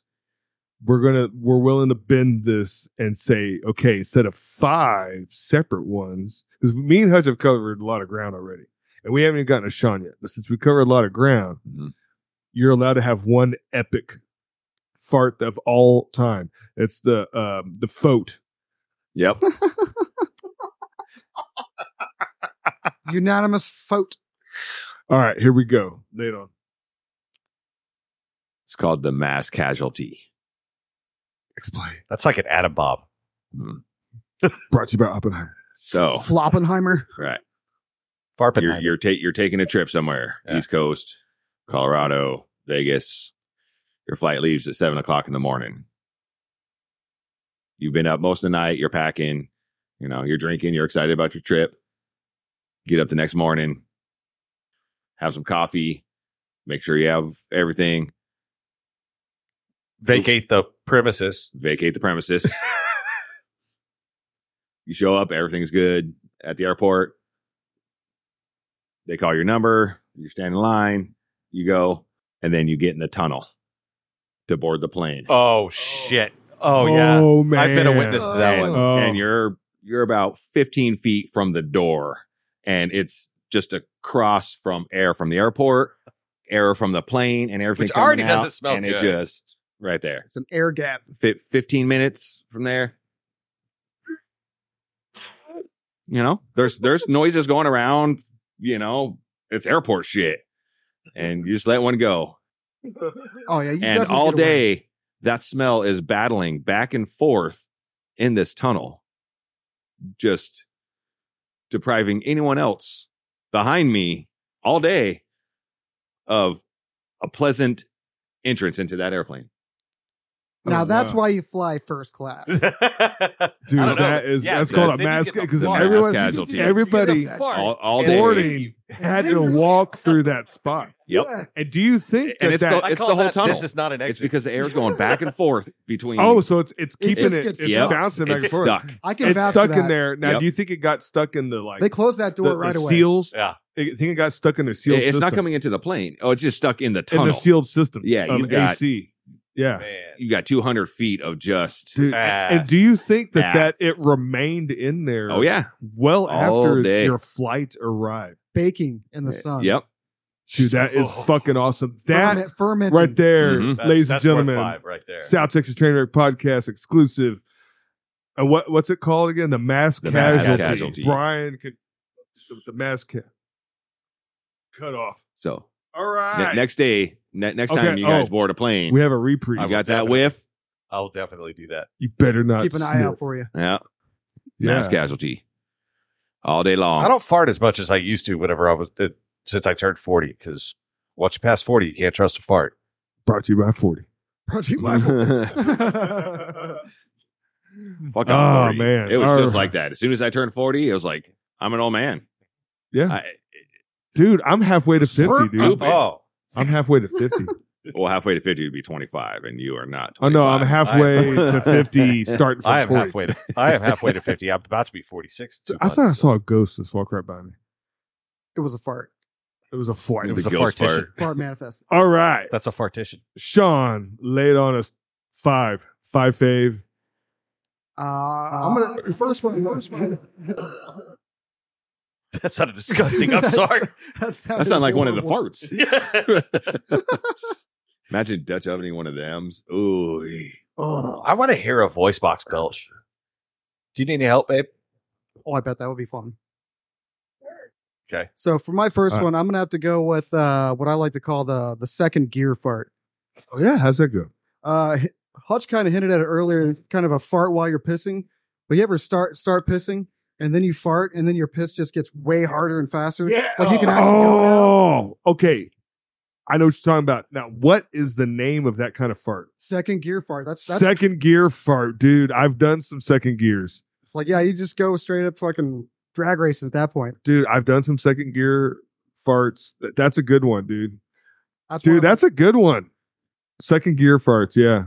Speaker 1: we're gonna we're willing to bend this and say okay instead of five separate ones because me and Hutch have covered a lot of ground already, and we haven't even gotten to Sean yet. But since we covered a lot of ground,
Speaker 3: Mm-hmm.
Speaker 4: Mhm.
Speaker 1: you're allowed to have one epic fart of all time. It's the um the fote.
Speaker 4: Yep.
Speaker 2: Unanimous vote.
Speaker 1: All right, here we go. Lay it on.
Speaker 4: It's called the mass casualty.
Speaker 1: Explain.
Speaker 3: that's like an atom bomb.
Speaker 1: Brought to you by Oppenheimer.
Speaker 4: Hmm. So
Speaker 2: Floppenheimer.
Speaker 4: right,
Speaker 3: Farping.
Speaker 4: you're you're, ta- you're taking a trip somewhere,
Speaker 3: Yeah.
Speaker 4: East Coast, Colorado, Vegas. Your flight leaves at seven o'clock in the morning. You've been up most of the night. You're packing. You know, you're drinking. You're excited about your trip. Get up the next morning. Have some coffee. Make sure you have everything.
Speaker 3: vacate the premises.
Speaker 4: Vacate the premises. you show up, everything's good at the airport. They call your number, you stand in line, you go, and then you get in the tunnel to board the plane.
Speaker 3: Oh shit! Oh, yeah,
Speaker 1: Oh man,
Speaker 3: I've been a witness to that
Speaker 4: and,
Speaker 3: one.
Speaker 1: Oh.
Speaker 4: and you're you're about 15 feet from the door, and it's just a cross from air from the airport, air from the plane, and everything
Speaker 3: Which already
Speaker 4: coming out,
Speaker 3: doesn't smell
Speaker 4: and
Speaker 3: good.
Speaker 4: it just right there.
Speaker 2: It's an air gap.
Speaker 4: Fi 15 minutes from there. You know, there's there's noises going around, you know, it's airport shit. And you just let one go.
Speaker 2: Oh yeah, you
Speaker 4: and
Speaker 2: definitely
Speaker 4: all
Speaker 2: get away.
Speaker 4: day that smell is battling back and forth in this tunnel. Just depriving anyone else behind me all day of a pleasant entrance into that airplane.
Speaker 2: Now
Speaker 1: Oh,
Speaker 2: that's
Speaker 1: wow.
Speaker 2: why you fly first class.
Speaker 1: Dude,
Speaker 3: I don't know.
Speaker 1: that is
Speaker 3: Yeah,
Speaker 1: that's
Speaker 4: because
Speaker 1: called a
Speaker 3: then you
Speaker 1: mask
Speaker 3: get the
Speaker 1: because
Speaker 4: fart. Mass
Speaker 1: everyone,
Speaker 4: casualty.
Speaker 1: everybody
Speaker 2: You get the fart.
Speaker 4: All, all day.
Speaker 1: boarding had to walk through that spot.
Speaker 4: Yep.
Speaker 2: Yeah.
Speaker 1: And do you think
Speaker 4: And
Speaker 1: that,
Speaker 4: it's
Speaker 1: that
Speaker 4: I call that-
Speaker 3: This
Speaker 4: this
Speaker 3: is not an
Speaker 4: It's
Speaker 3: exit.
Speaker 4: because the air's going back and forth between.
Speaker 1: oh, so it's it's
Speaker 2: It
Speaker 1: keeping
Speaker 2: just
Speaker 1: it,
Speaker 2: gets
Speaker 1: it's
Speaker 4: stuck.
Speaker 1: bouncing back
Speaker 4: it's
Speaker 1: and forth.
Speaker 4: stuck.
Speaker 2: I can
Speaker 1: It's
Speaker 2: vouch
Speaker 1: stuck
Speaker 2: for that.
Speaker 1: in there. Now,
Speaker 4: Yep.
Speaker 1: do you think it got stuck in the like
Speaker 2: They closed that
Speaker 1: the,
Speaker 2: door
Speaker 1: the
Speaker 2: right away.
Speaker 1: seals?
Speaker 3: Yeah.
Speaker 1: I think it got stuck in the
Speaker 4: It-
Speaker 1: sealed.
Speaker 4: it's not
Speaker 1: system.
Speaker 4: coming into the plane. Oh, it's just stuck in the
Speaker 1: in
Speaker 4: tunnel.
Speaker 1: the sealed system.
Speaker 4: Yeah,
Speaker 1: of
Speaker 4: you got-
Speaker 1: AC. Yeah,
Speaker 3: Man.
Speaker 4: you got 200 feet of just.
Speaker 1: dude.
Speaker 3: Ah.
Speaker 1: And do you think that
Speaker 4: Ah.
Speaker 1: that it remained in there?
Speaker 4: Oh yeah.
Speaker 1: well
Speaker 4: All
Speaker 1: after
Speaker 4: day.
Speaker 1: your flight arrived.
Speaker 2: baking in the sun.
Speaker 4: Yep.
Speaker 1: Dude, that is
Speaker 3: Oh.
Speaker 1: fucking awesome. That
Speaker 2: Ferment, fermenting.
Speaker 1: right there,
Speaker 4: Mhm.
Speaker 3: That's-
Speaker 1: ladies
Speaker 3: that's
Speaker 1: and gentlemen.
Speaker 3: worth five right there.
Speaker 1: South Texas Trainwreck Podcast exclusive. And what what's it called again? The mass,
Speaker 4: The mass
Speaker 1: casualty.
Speaker 4: casualty.
Speaker 1: Brian could with the mass ca- cut off.
Speaker 4: So
Speaker 1: All
Speaker 4: ne-
Speaker 1: right.
Speaker 4: next day, ne- next time
Speaker 1: Okay,
Speaker 4: you guys
Speaker 1: oh.
Speaker 4: board a plane,
Speaker 1: we have a reprieve.
Speaker 4: you
Speaker 3: I've-
Speaker 4: got that
Speaker 3: definitely.
Speaker 4: whiff.
Speaker 3: I'll definitely do that.
Speaker 1: you better not
Speaker 2: Keep an eye out for you.
Speaker 4: Yeah.
Speaker 1: Yeah.
Speaker 4: Mass casualty. All day long.
Speaker 3: I don't fart as much as I used to. Whenever I was uh, since I turned forty, because once you pass forty, you can't trust a fart.
Speaker 1: Brought to you by Forty.
Speaker 2: Brought to you by-
Speaker 4: Fuck up
Speaker 1: Oh,
Speaker 4: 40.
Speaker 1: man.
Speaker 4: It was
Speaker 1: All
Speaker 4: just
Speaker 1: right.
Speaker 4: like that. As soon as I turned 40, it was like, I'm an old man.
Speaker 1: Yeah.
Speaker 4: I,
Speaker 1: Dude, I'm halfway to fifty, dude.
Speaker 4: Stupid.
Speaker 3: Oh,
Speaker 1: I'm halfway to fifty.
Speaker 4: well, halfway to 50 would be 25, and you are not.
Speaker 1: Oh no, I'm
Speaker 4: 25.
Speaker 1: halfway
Speaker 4: I-
Speaker 1: to fifty, starting from
Speaker 3: I am
Speaker 1: 40.
Speaker 3: halfway. To, I am halfway to fifty. I'm about to be forty six.
Speaker 1: I thought I saw a ghost just walk right by me.
Speaker 2: It was a fart.
Speaker 1: It was a flight.
Speaker 3: It was
Speaker 4: The
Speaker 3: a
Speaker 4: Ghost
Speaker 3: fartition.
Speaker 4: Fart.
Speaker 2: Fart manifest.
Speaker 1: All right.
Speaker 3: That's a fartition.
Speaker 1: Sean laid on us five. Five fave.
Speaker 2: Uh, I'm gonna first one. First one.
Speaker 3: That sounded disgusting. I'm sorry.
Speaker 2: that
Speaker 4: That
Speaker 2: sounded
Speaker 4: sounded like one of the
Speaker 2: horrible.
Speaker 4: farts. Imagine Dutch ovening one of them's. Ooh.
Speaker 2: Oh,
Speaker 3: I want to hear a voice box belch. Do you need any help, babe?
Speaker 2: oh, I bet that would be fun.
Speaker 3: Okay.
Speaker 2: So for my first
Speaker 1: All right.
Speaker 2: one, I'm gonna have to go with uh, what I like to call the the second gear fart.
Speaker 1: Oh yeah, how's that go?
Speaker 2: Uh, H- Hutch kind of hinted at it earlier, kind of a fart while you're pissing. But you ever start start pissing and then you fart and then your piss just gets way harder and faster. Like you can. actually go down.
Speaker 1: Oh, okay. I know what you're talking about. Now, what is the name of that kind of fart?
Speaker 2: Second gear fart. That's that's
Speaker 1: second gear fart, dude. I've done some second gears,
Speaker 2: It's like, yeah, you just go straight up fucking drag racing at that point.
Speaker 1: dude. I've done some second gear farts. Th- That's a good one, dude.
Speaker 2: That's
Speaker 1: Dude,
Speaker 2: one of-
Speaker 1: that's a good one. Second gear farts, yeah.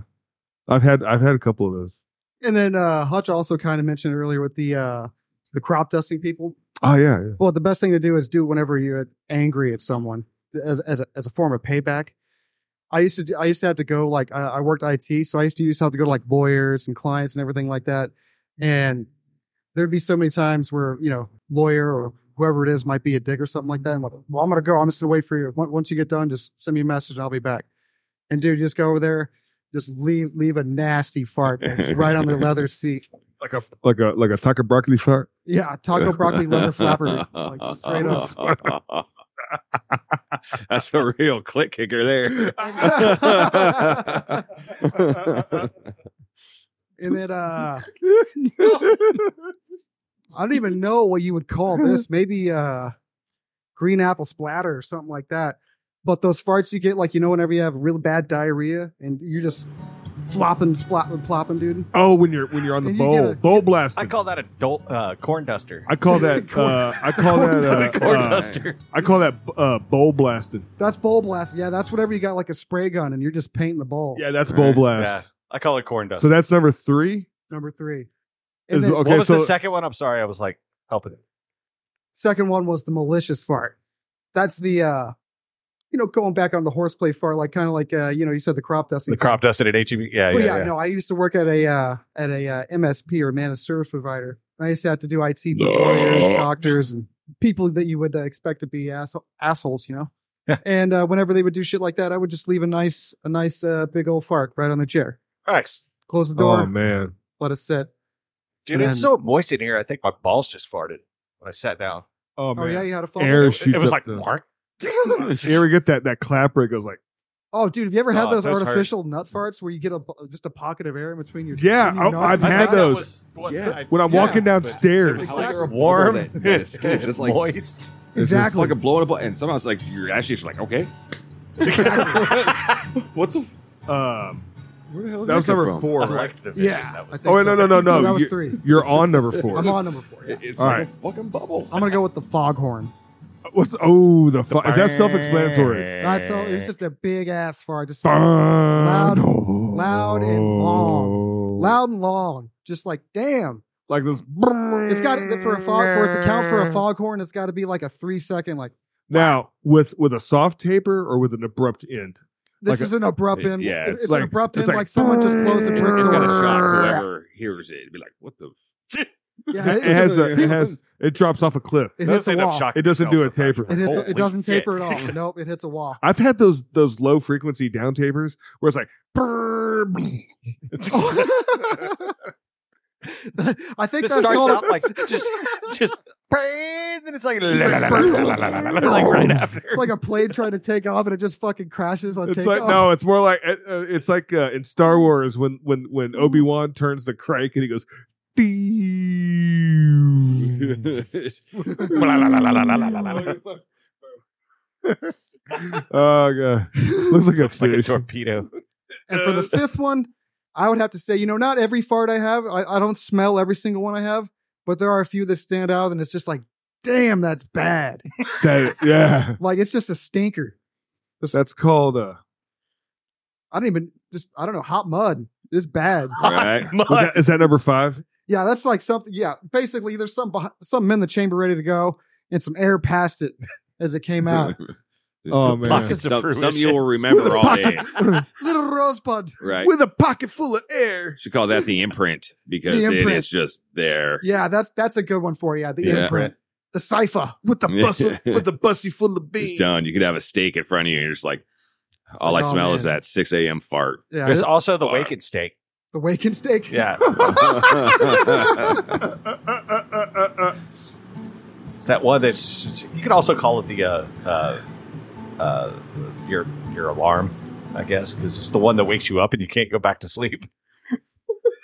Speaker 1: I've had I've had a couple of those.
Speaker 2: and then uh, Hutch also kind of mentioned earlier with the uh, the crop dusting people.
Speaker 1: Oh yeah, yeah.
Speaker 2: Well, the best thing to do is do whenever you're angry at someone as as a, as a form of payback. I used to do, I used to have to go like I, I worked IT, so I used to used to have to go to like lawyers and clients and everything like that. And there'd be so many times where you know lawyer or whoever it is might be a dick or something like that. And I'm like, well, I'm gonna go. I'm just gonna wait for you. Once once you get done, just send me a message and I'll be back. And dude, you just go over there, just leave leave a nasty fart man, just right on their leather seat.
Speaker 1: like a like a like a taco broccoli fart.
Speaker 2: Yeah, taco broccoli leather flapper, dude. like straight up.
Speaker 4: That's a real click kicker there.
Speaker 2: And then uh I don't even know what you would call this. Maybe uh green apple splatter or something like that. But those farts you get like you know whenever you have real bad diarrhea and you're just flopping, splopping, plopping, dude.
Speaker 1: Oh, when you're when you're on the
Speaker 2: And you get
Speaker 1: bowl
Speaker 2: a-
Speaker 1: bowl blast.
Speaker 3: I call that a dol- uh, corn duster.
Speaker 1: I call that uh, I call that uh,
Speaker 3: corn
Speaker 1: uh,
Speaker 3: duster.
Speaker 1: I call that uh, bowl blasting.
Speaker 2: That's bowl blast. Yeah, that's whatever you got like a spray gun and you're just painting the bowl.
Speaker 1: Yeah, that's bowl
Speaker 4: Right.
Speaker 3: Yeah,
Speaker 1: blast.
Speaker 3: I call it corn duster.
Speaker 1: So that's number three.
Speaker 2: Number three. And
Speaker 1: Is-
Speaker 2: then
Speaker 1: okay,
Speaker 3: what was
Speaker 1: so-
Speaker 3: the second one? I'm sorry, I was like helping.
Speaker 2: second one was the malicious fart. That's the uh you know, going back on the horseplay fart, like kind of like uh, you know, you said the crop dusting.
Speaker 3: The crop dusted at HEB. Yeah,
Speaker 2: Well,
Speaker 3: yeah,
Speaker 2: yeah,
Speaker 3: yeah.
Speaker 2: no, I used to work at a uh, at a uh, MSP or managed service provider. And I used to have to do IT for lawyers, doctors, and people that you would uh, expect to be asshole- assholes, you know.
Speaker 3: Yeah.
Speaker 2: And uh, whenever they would do shit like that, I would just leave a nice a nice uh, big old fart right on the chair.
Speaker 3: Nice.
Speaker 2: Close the door,
Speaker 1: Oh man,
Speaker 2: let it sit.
Speaker 3: Dude,
Speaker 2: And
Speaker 3: it's
Speaker 2: then-
Speaker 3: so moist in here. I think my balls just farted when I sat down.
Speaker 1: oh
Speaker 2: Oh,
Speaker 1: man.
Speaker 2: yeah, you had a phone.
Speaker 1: Air
Speaker 2: call.
Speaker 1: shoots
Speaker 3: it was
Speaker 1: up
Speaker 3: like
Speaker 1: the-
Speaker 3: Mark.
Speaker 1: You ever get that that clapper? It goes like,
Speaker 2: Oh, dude, have you ever had
Speaker 3: God,
Speaker 2: those
Speaker 3: those hurt.
Speaker 2: artificial nut farts where you get a just a pocket of air in between your?
Speaker 1: Yeah,
Speaker 2: between your
Speaker 1: I-
Speaker 2: nose
Speaker 1: I've
Speaker 2: and
Speaker 1: had
Speaker 2: mouth?
Speaker 1: those. when I'm
Speaker 2: Yeah,
Speaker 1: walking downstairs,
Speaker 2: Exactly.
Speaker 3: warm,
Speaker 4: That- that escapes. It's like-
Speaker 3: moist.
Speaker 4: It's just
Speaker 2: Exactly.
Speaker 4: like a blowing up, and sometimes like you're actually just like, okay, what's the?
Speaker 1: um,
Speaker 4: Where the hell
Speaker 1: that was number
Speaker 4: four.
Speaker 1: four,
Speaker 3: I
Speaker 1: right?
Speaker 3: liked the vision.
Speaker 2: Yeah.
Speaker 3: That was
Speaker 2: I think
Speaker 1: Oh, wait, no, no, no, no,
Speaker 2: That was
Speaker 1: you-
Speaker 2: three.
Speaker 1: You're on number 4
Speaker 2: I'm on number four. yeah.
Speaker 4: It's
Speaker 1: All
Speaker 4: like
Speaker 1: right.
Speaker 4: a fucking bubble.
Speaker 2: I'm gonna go with the foghorn.
Speaker 1: What's oh the, fu- is that self-explanatory?
Speaker 2: That's so. It's just a big ass fart, just
Speaker 1: Loud,
Speaker 2: loud and long. loud and long. Just like damn.
Speaker 1: Oh. like this.
Speaker 2: It's got for a fog for it to count for a foghorn. It's got to be like a three second. Like
Speaker 1: Now with with a soft taper or with an abrupt end.
Speaker 2: this
Speaker 1: Like a-
Speaker 2: is an abrupt end.
Speaker 4: yeah,
Speaker 2: it's,
Speaker 4: it's
Speaker 2: an
Speaker 1: like-
Speaker 2: abrupt
Speaker 1: it's
Speaker 2: end. Like,
Speaker 1: like-
Speaker 2: someone just closed a
Speaker 4: It,
Speaker 2: brick
Speaker 4: it's
Speaker 2: door.
Speaker 4: gonna shock whoever hears it. It'd be like, what the?
Speaker 2: Yeah,
Speaker 1: It, has a it has it drops off a cliff.
Speaker 2: It hits a
Speaker 3: end up
Speaker 2: wall.
Speaker 3: shocking
Speaker 1: It doesn't do a
Speaker 3: yourself
Speaker 1: taper.
Speaker 2: It, hit-
Speaker 3: Holy
Speaker 2: it doesn't
Speaker 3: shit.
Speaker 2: taper at all. nope, it hits a wall.
Speaker 1: I've had those those low frequency down tapers where it's like.
Speaker 2: I think
Speaker 3: It
Speaker 2: that's
Speaker 3: starts
Speaker 2: called.
Speaker 3: out like just just pain, then it's like, like right after.
Speaker 2: it's like a plane trying to take off and it just fucking crashes on
Speaker 1: It's
Speaker 2: takeoff.
Speaker 1: like no, it's more like uh, uh, it's like uh, in Star Wars when when when Obi Wan turns the crank and he goes. "Beow." oh god, looks like a
Speaker 3: Looks like a
Speaker 1: fish.
Speaker 3: torpedo.
Speaker 2: And for the
Speaker 4: Uh,
Speaker 2: fifth one, I would have to say, you know, not every fart I have, I, I don't smell every single one I have, but there are a few that stand out, and it's just like, damn, that's bad.
Speaker 1: That- yeah,
Speaker 2: Like it's just a stinker.
Speaker 1: that's called uh,
Speaker 2: I don't even just I don't know hot mud. It's bad.
Speaker 4: right.
Speaker 3: Mud.
Speaker 1: was that, is that number five?
Speaker 2: Yeah, that's like something. Yeah, basically, there's some behi- something in the chamber ready to go, and some air past it, as it came out.
Speaker 1: Oh, man.
Speaker 3: Pockets of
Speaker 4: Some,
Speaker 3: fruition.
Speaker 4: some you will remember all day,
Speaker 2: Little Rosebud.
Speaker 4: right?
Speaker 1: with a pocket full of air.
Speaker 4: Should call that the imprint because
Speaker 2: The
Speaker 4: it
Speaker 2: imprint.
Speaker 4: is just there.
Speaker 2: Yeah, that's that's a good one for you. Yeah, the
Speaker 4: Yeah.
Speaker 2: imprint, the cipher.
Speaker 1: With the
Speaker 4: Yeah.
Speaker 1: bustle, with the bussy full of
Speaker 4: It's
Speaker 1: beans.
Speaker 4: done. You could have a steak in front of you, and you're just like, all
Speaker 2: like,
Speaker 4: I
Speaker 2: oh,
Speaker 4: smell
Speaker 2: man.
Speaker 4: is that 6 a.m. fart.
Speaker 2: Yeah,
Speaker 3: There's also the
Speaker 4: Wow.
Speaker 3: waking steak.
Speaker 2: the waking steak.
Speaker 3: Yeah. It's that one that's you can also call it the uh, uh, uh, your your alarm, I guess, because it's the one that wakes you up and you can't go back to sleep.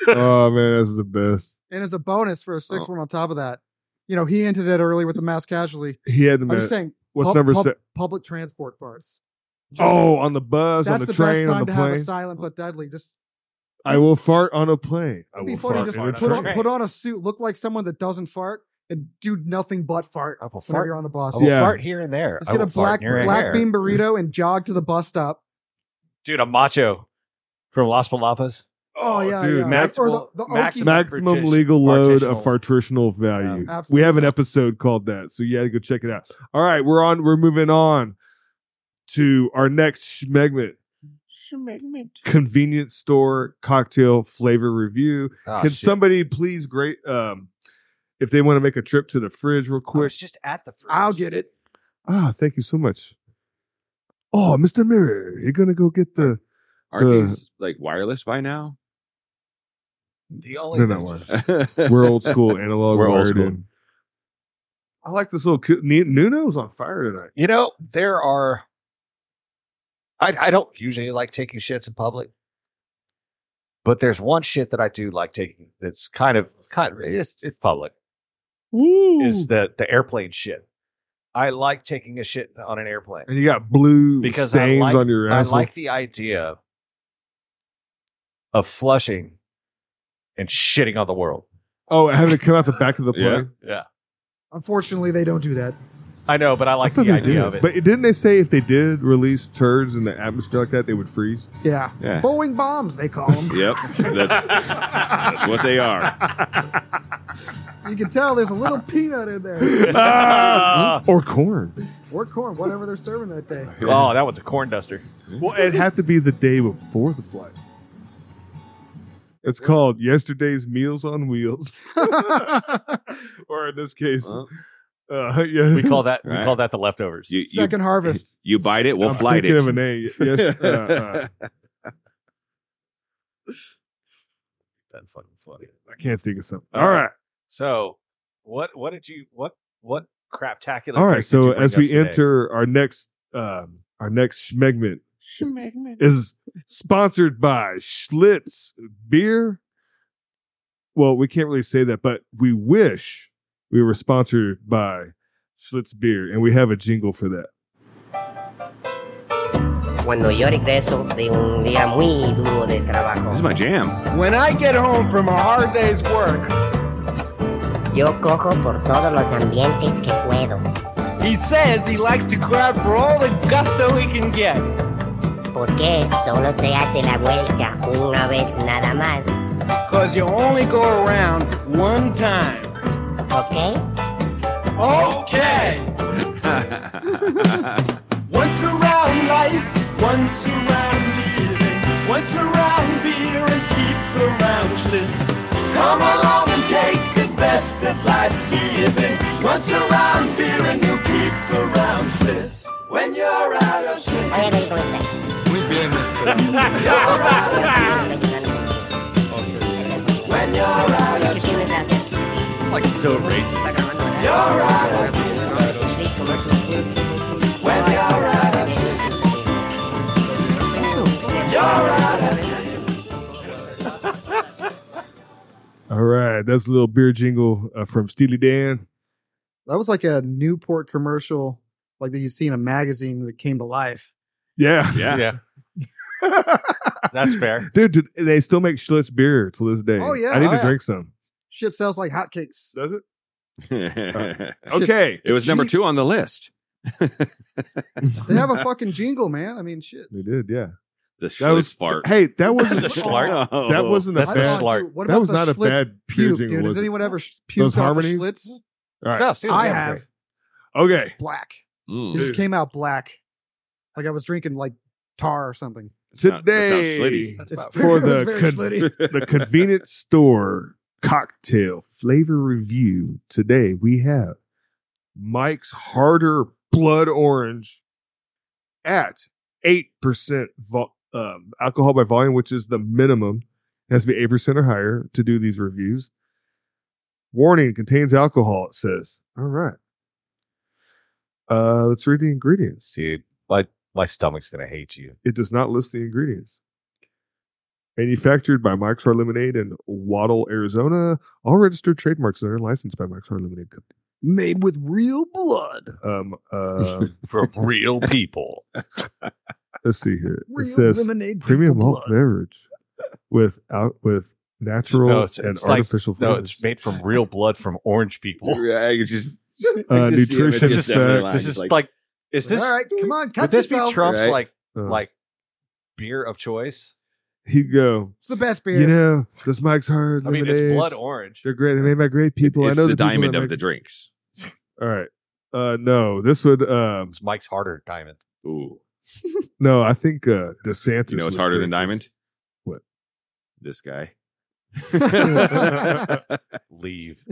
Speaker 1: oh man, that's the best.
Speaker 2: and as a bonus for a sixth
Speaker 1: Oh.
Speaker 2: one on top of that, you know, he hinted at early with the mass casualty.
Speaker 1: He had the
Speaker 2: I'm
Speaker 1: man.
Speaker 2: just saying,
Speaker 1: What's
Speaker 2: pub-
Speaker 1: number
Speaker 2: pub-
Speaker 1: six?
Speaker 2: Public transport farts.
Speaker 1: Oh, on the bus, on
Speaker 2: that's
Speaker 1: the,
Speaker 2: the, best
Speaker 1: train,
Speaker 2: time
Speaker 1: on
Speaker 2: to
Speaker 1: the
Speaker 2: have a
Speaker 1: plane.
Speaker 2: silent but deadly. Just
Speaker 1: I will fart on a plane. I
Speaker 2: it'd be
Speaker 1: will
Speaker 2: funny.
Speaker 1: fart
Speaker 2: Just
Speaker 1: in a
Speaker 3: fart
Speaker 2: put on,
Speaker 1: train.
Speaker 2: put on a suit, look like someone that doesn't fart, and do nothing but fart
Speaker 3: I will
Speaker 2: whenever
Speaker 3: fart.
Speaker 2: you're on the
Speaker 3: I
Speaker 2: bus.
Speaker 3: will
Speaker 1: Uh, Yeah.
Speaker 3: fart here and there.
Speaker 2: Just
Speaker 3: I
Speaker 2: get
Speaker 3: will
Speaker 2: a
Speaker 3: fart
Speaker 2: black
Speaker 3: near and
Speaker 2: black
Speaker 3: there.
Speaker 2: bean burrito and jog to the bus stop.
Speaker 3: dude. A macho from Las Palapas.
Speaker 2: Oh, yeah,
Speaker 1: dude,
Speaker 2: yeah.
Speaker 1: Max-
Speaker 2: or the,
Speaker 3: Maximal-
Speaker 2: the
Speaker 3: Max-
Speaker 2: Oki-
Speaker 1: maximum
Speaker 3: Partition-
Speaker 1: legal load of
Speaker 3: partitional.
Speaker 1: fartritional value.
Speaker 2: Yeah,
Speaker 1: we have an episode called that, so you had to go check it out. All right, we're on. We're moving on to our next schmegment. Convenience store cocktail flavor review.
Speaker 3: Oh,
Speaker 2: Ah,
Speaker 1: Can
Speaker 3: shit.
Speaker 1: somebody please great um if they want to make a trip to the fridge real
Speaker 3: I
Speaker 1: quick?
Speaker 3: was just at the. Fridge.
Speaker 2: I'll get it.
Speaker 1: Ah, thank you so much. Oh, Mr. Mirror, you're gonna go get the
Speaker 4: Aren't
Speaker 1: The-
Speaker 4: these like wireless by now?
Speaker 3: The only
Speaker 1: They're not
Speaker 3: that's-
Speaker 1: we're old school analog.
Speaker 4: We're old
Speaker 1: wired
Speaker 4: school.
Speaker 1: in. I like this little coo- Ni- Nuno's on fire tonight.
Speaker 3: You know there are. I I don't usually like taking shits in public, but there's one shit that I do like taking. That's kind of kind. It's, it's public. Is the the airplane shit? I like taking a shit on an airplane.
Speaker 1: and you got blue
Speaker 3: Because I
Speaker 1: stains
Speaker 3: like-
Speaker 1: on your
Speaker 3: I
Speaker 1: ass.
Speaker 3: like the idea of flushing and shitting on the world.
Speaker 1: oh, having it come out the back of the plane.
Speaker 4: Yeah.
Speaker 3: Yeah,
Speaker 2: Unfortunately, they don't do that.
Speaker 3: I know, but I like
Speaker 1: thought
Speaker 3: the
Speaker 1: they
Speaker 3: idea
Speaker 1: did.
Speaker 3: of it.
Speaker 1: But didn't they say if they did release turds in the atmosphere like that, they would freeze?
Speaker 2: Yeah,
Speaker 4: Yeah.
Speaker 2: Boeing bombs they call them.
Speaker 4: Yep. That's, that's what they are.
Speaker 2: You can tell there's a little peanut in there
Speaker 3: Ah!
Speaker 1: Or corn.
Speaker 2: or corn, whatever they're serving that day.
Speaker 3: oh, that was a corn duster.
Speaker 1: Well, it had to be the day before the flight. It's called Yesterday's Meals on Wheels. or in this case,
Speaker 4: Well,
Speaker 1: uh, yeah.
Speaker 3: We call that we
Speaker 4: Right.
Speaker 3: call that the leftovers.
Speaker 4: you, you,
Speaker 2: Second harvest.
Speaker 4: you bite it, we'll
Speaker 1: I'm
Speaker 4: flight
Speaker 1: thinking
Speaker 4: it.
Speaker 1: of a name. Yes, uh, uh,
Speaker 3: That's fucking funny.
Speaker 1: I can't think of something. All right.
Speaker 3: So, what what did you what what craptacular?
Speaker 1: All right.
Speaker 3: drink did you
Speaker 1: So
Speaker 3: bring
Speaker 1: as
Speaker 3: us
Speaker 1: we
Speaker 3: today?
Speaker 1: enter our next um, our next schmegment is sponsored by Schlitz Beer. Well, we can't really say that, but we wish we were sponsored by Schlitz Beer, and we have a jingle for that.
Speaker 6: Cuando yo regreso de un día muy duro de trabajo,
Speaker 4: This is my jam.
Speaker 7: When I get home from a hard day's work,
Speaker 6: yo cojo por todos los ambientes que puedo,
Speaker 7: he says he likes to grab for all the gusto he can get.
Speaker 6: porque solo se hace la vuelta una vez nada más,
Speaker 7: Cause you only go around one time.
Speaker 6: ¿ok?
Speaker 7: Okay! Once around life, once around living, once around beer and keep around schlitz. Come along and take the best that life's giving. Once around beer and you'll keep around schlitz. When you're out of schlitz,
Speaker 6: Oye, baby, ¿cómo estás?
Speaker 7: you're out of schlitz. When you're out of
Speaker 3: like so racist.
Speaker 7: when you're out of
Speaker 1: All right, that's a little beer jingle uh, from Steely Dan.
Speaker 2: That was like a Newport commercial, like that you'd see in a magazine that came to life.
Speaker 1: Yeah,
Speaker 4: Yeah.
Speaker 3: That's fair.
Speaker 1: dude. do- They still make Schlitz beer to this day.
Speaker 2: Oh, yeah.
Speaker 1: I need
Speaker 2: Oh,
Speaker 1: to
Speaker 2: yeah.
Speaker 1: drink some.
Speaker 2: Shit sells like hotcakes.
Speaker 1: Does it?
Speaker 4: it
Speaker 1: Okay,
Speaker 4: was number two on the list.
Speaker 2: They have a fucking jingle, man. I mean, shit.
Speaker 1: they did. Yeah,
Speaker 4: The
Speaker 1: that was
Speaker 4: Schlitz fart.
Speaker 1: Hey, that wasn't
Speaker 3: The schlart?
Speaker 4: Oh.
Speaker 1: that wasn't a
Speaker 3: That's the
Speaker 1: bad.
Speaker 3: schlart.
Speaker 2: Dude, what
Speaker 1: that was
Speaker 2: the
Speaker 1: not a
Speaker 2: Schlitz
Speaker 1: bad beer
Speaker 2: puke,
Speaker 1: jingle.
Speaker 2: dude?
Speaker 1: was
Speaker 2: Does
Speaker 1: it?
Speaker 2: anyone ever sh- puke
Speaker 1: harmonies?
Speaker 2: Schlitz?
Speaker 1: All right.
Speaker 3: No, seriously,
Speaker 2: I
Speaker 3: that was
Speaker 2: have.
Speaker 3: great.
Speaker 1: Okay.
Speaker 2: Black.
Speaker 4: Mm.
Speaker 2: It just
Speaker 1: Dude.
Speaker 2: came out black. Like I was drinking like tar or something.
Speaker 4: It's not- that sounds
Speaker 1: Today,
Speaker 4: slitty.
Speaker 2: It's
Speaker 3: about
Speaker 1: for
Speaker 2: it was
Speaker 1: the
Speaker 2: very
Speaker 1: con-
Speaker 2: slitty.
Speaker 1: the convenience store cocktail flavor review today we have mike's harder blood orange at 8% vol- um, alcohol by volume which is the minimum it has to be 8% or higher to do these reviews warning contains alcohol it says all right uh, let's read the ingredients
Speaker 3: dude. My my stomach's gonna hate you.
Speaker 1: it does not list the ingredients. Manufactured by Mixar Lemonade in Waddle, Arizona. All registered trademarks and are licensed by Mixar Lemonade Company.
Speaker 2: Made with real blood.
Speaker 1: Um, uh,
Speaker 3: From real people.
Speaker 1: let's see here. It
Speaker 2: Real
Speaker 1: says
Speaker 2: lemonade
Speaker 1: premium
Speaker 2: people
Speaker 1: malt
Speaker 2: blood.
Speaker 1: beverage with out with natural
Speaker 3: No, it's-
Speaker 1: and
Speaker 3: it's like-
Speaker 1: artificial
Speaker 3: No,
Speaker 1: flavors.
Speaker 3: it's made from real bload from orange people.
Speaker 4: Yeah, I could just,
Speaker 1: Uh,
Speaker 4: I could just see him at
Speaker 1: nutrition
Speaker 4: the
Speaker 1: It's
Speaker 3: This is
Speaker 1: just, uh,
Speaker 4: assembly line.
Speaker 3: this
Speaker 4: He's
Speaker 3: is like is this
Speaker 2: All right, come on, cut
Speaker 3: would this
Speaker 2: yourself.
Speaker 3: be Trump's
Speaker 4: Right.
Speaker 3: like
Speaker 1: Uh,
Speaker 3: like beer of choice?
Speaker 1: he'd go.
Speaker 2: it's the best beer.
Speaker 1: You know, this Mike's hard.
Speaker 3: I mean,
Speaker 1: lemonades,
Speaker 3: it's blood orange.
Speaker 1: They're great. They're made by great people.
Speaker 4: it's
Speaker 1: I know
Speaker 4: the
Speaker 1: people that
Speaker 4: diamond of
Speaker 1: make-
Speaker 4: the drinks.
Speaker 1: All right. Uh, no, this would. Um,
Speaker 3: It's Mike's harder diamond.
Speaker 4: Ooh,
Speaker 1: no, I think uh, DeSantis.
Speaker 4: you know
Speaker 1: would
Speaker 4: it's harder
Speaker 1: drink
Speaker 4: than
Speaker 1: this.
Speaker 4: diamond.
Speaker 1: What?
Speaker 4: This guy.
Speaker 3: Leave.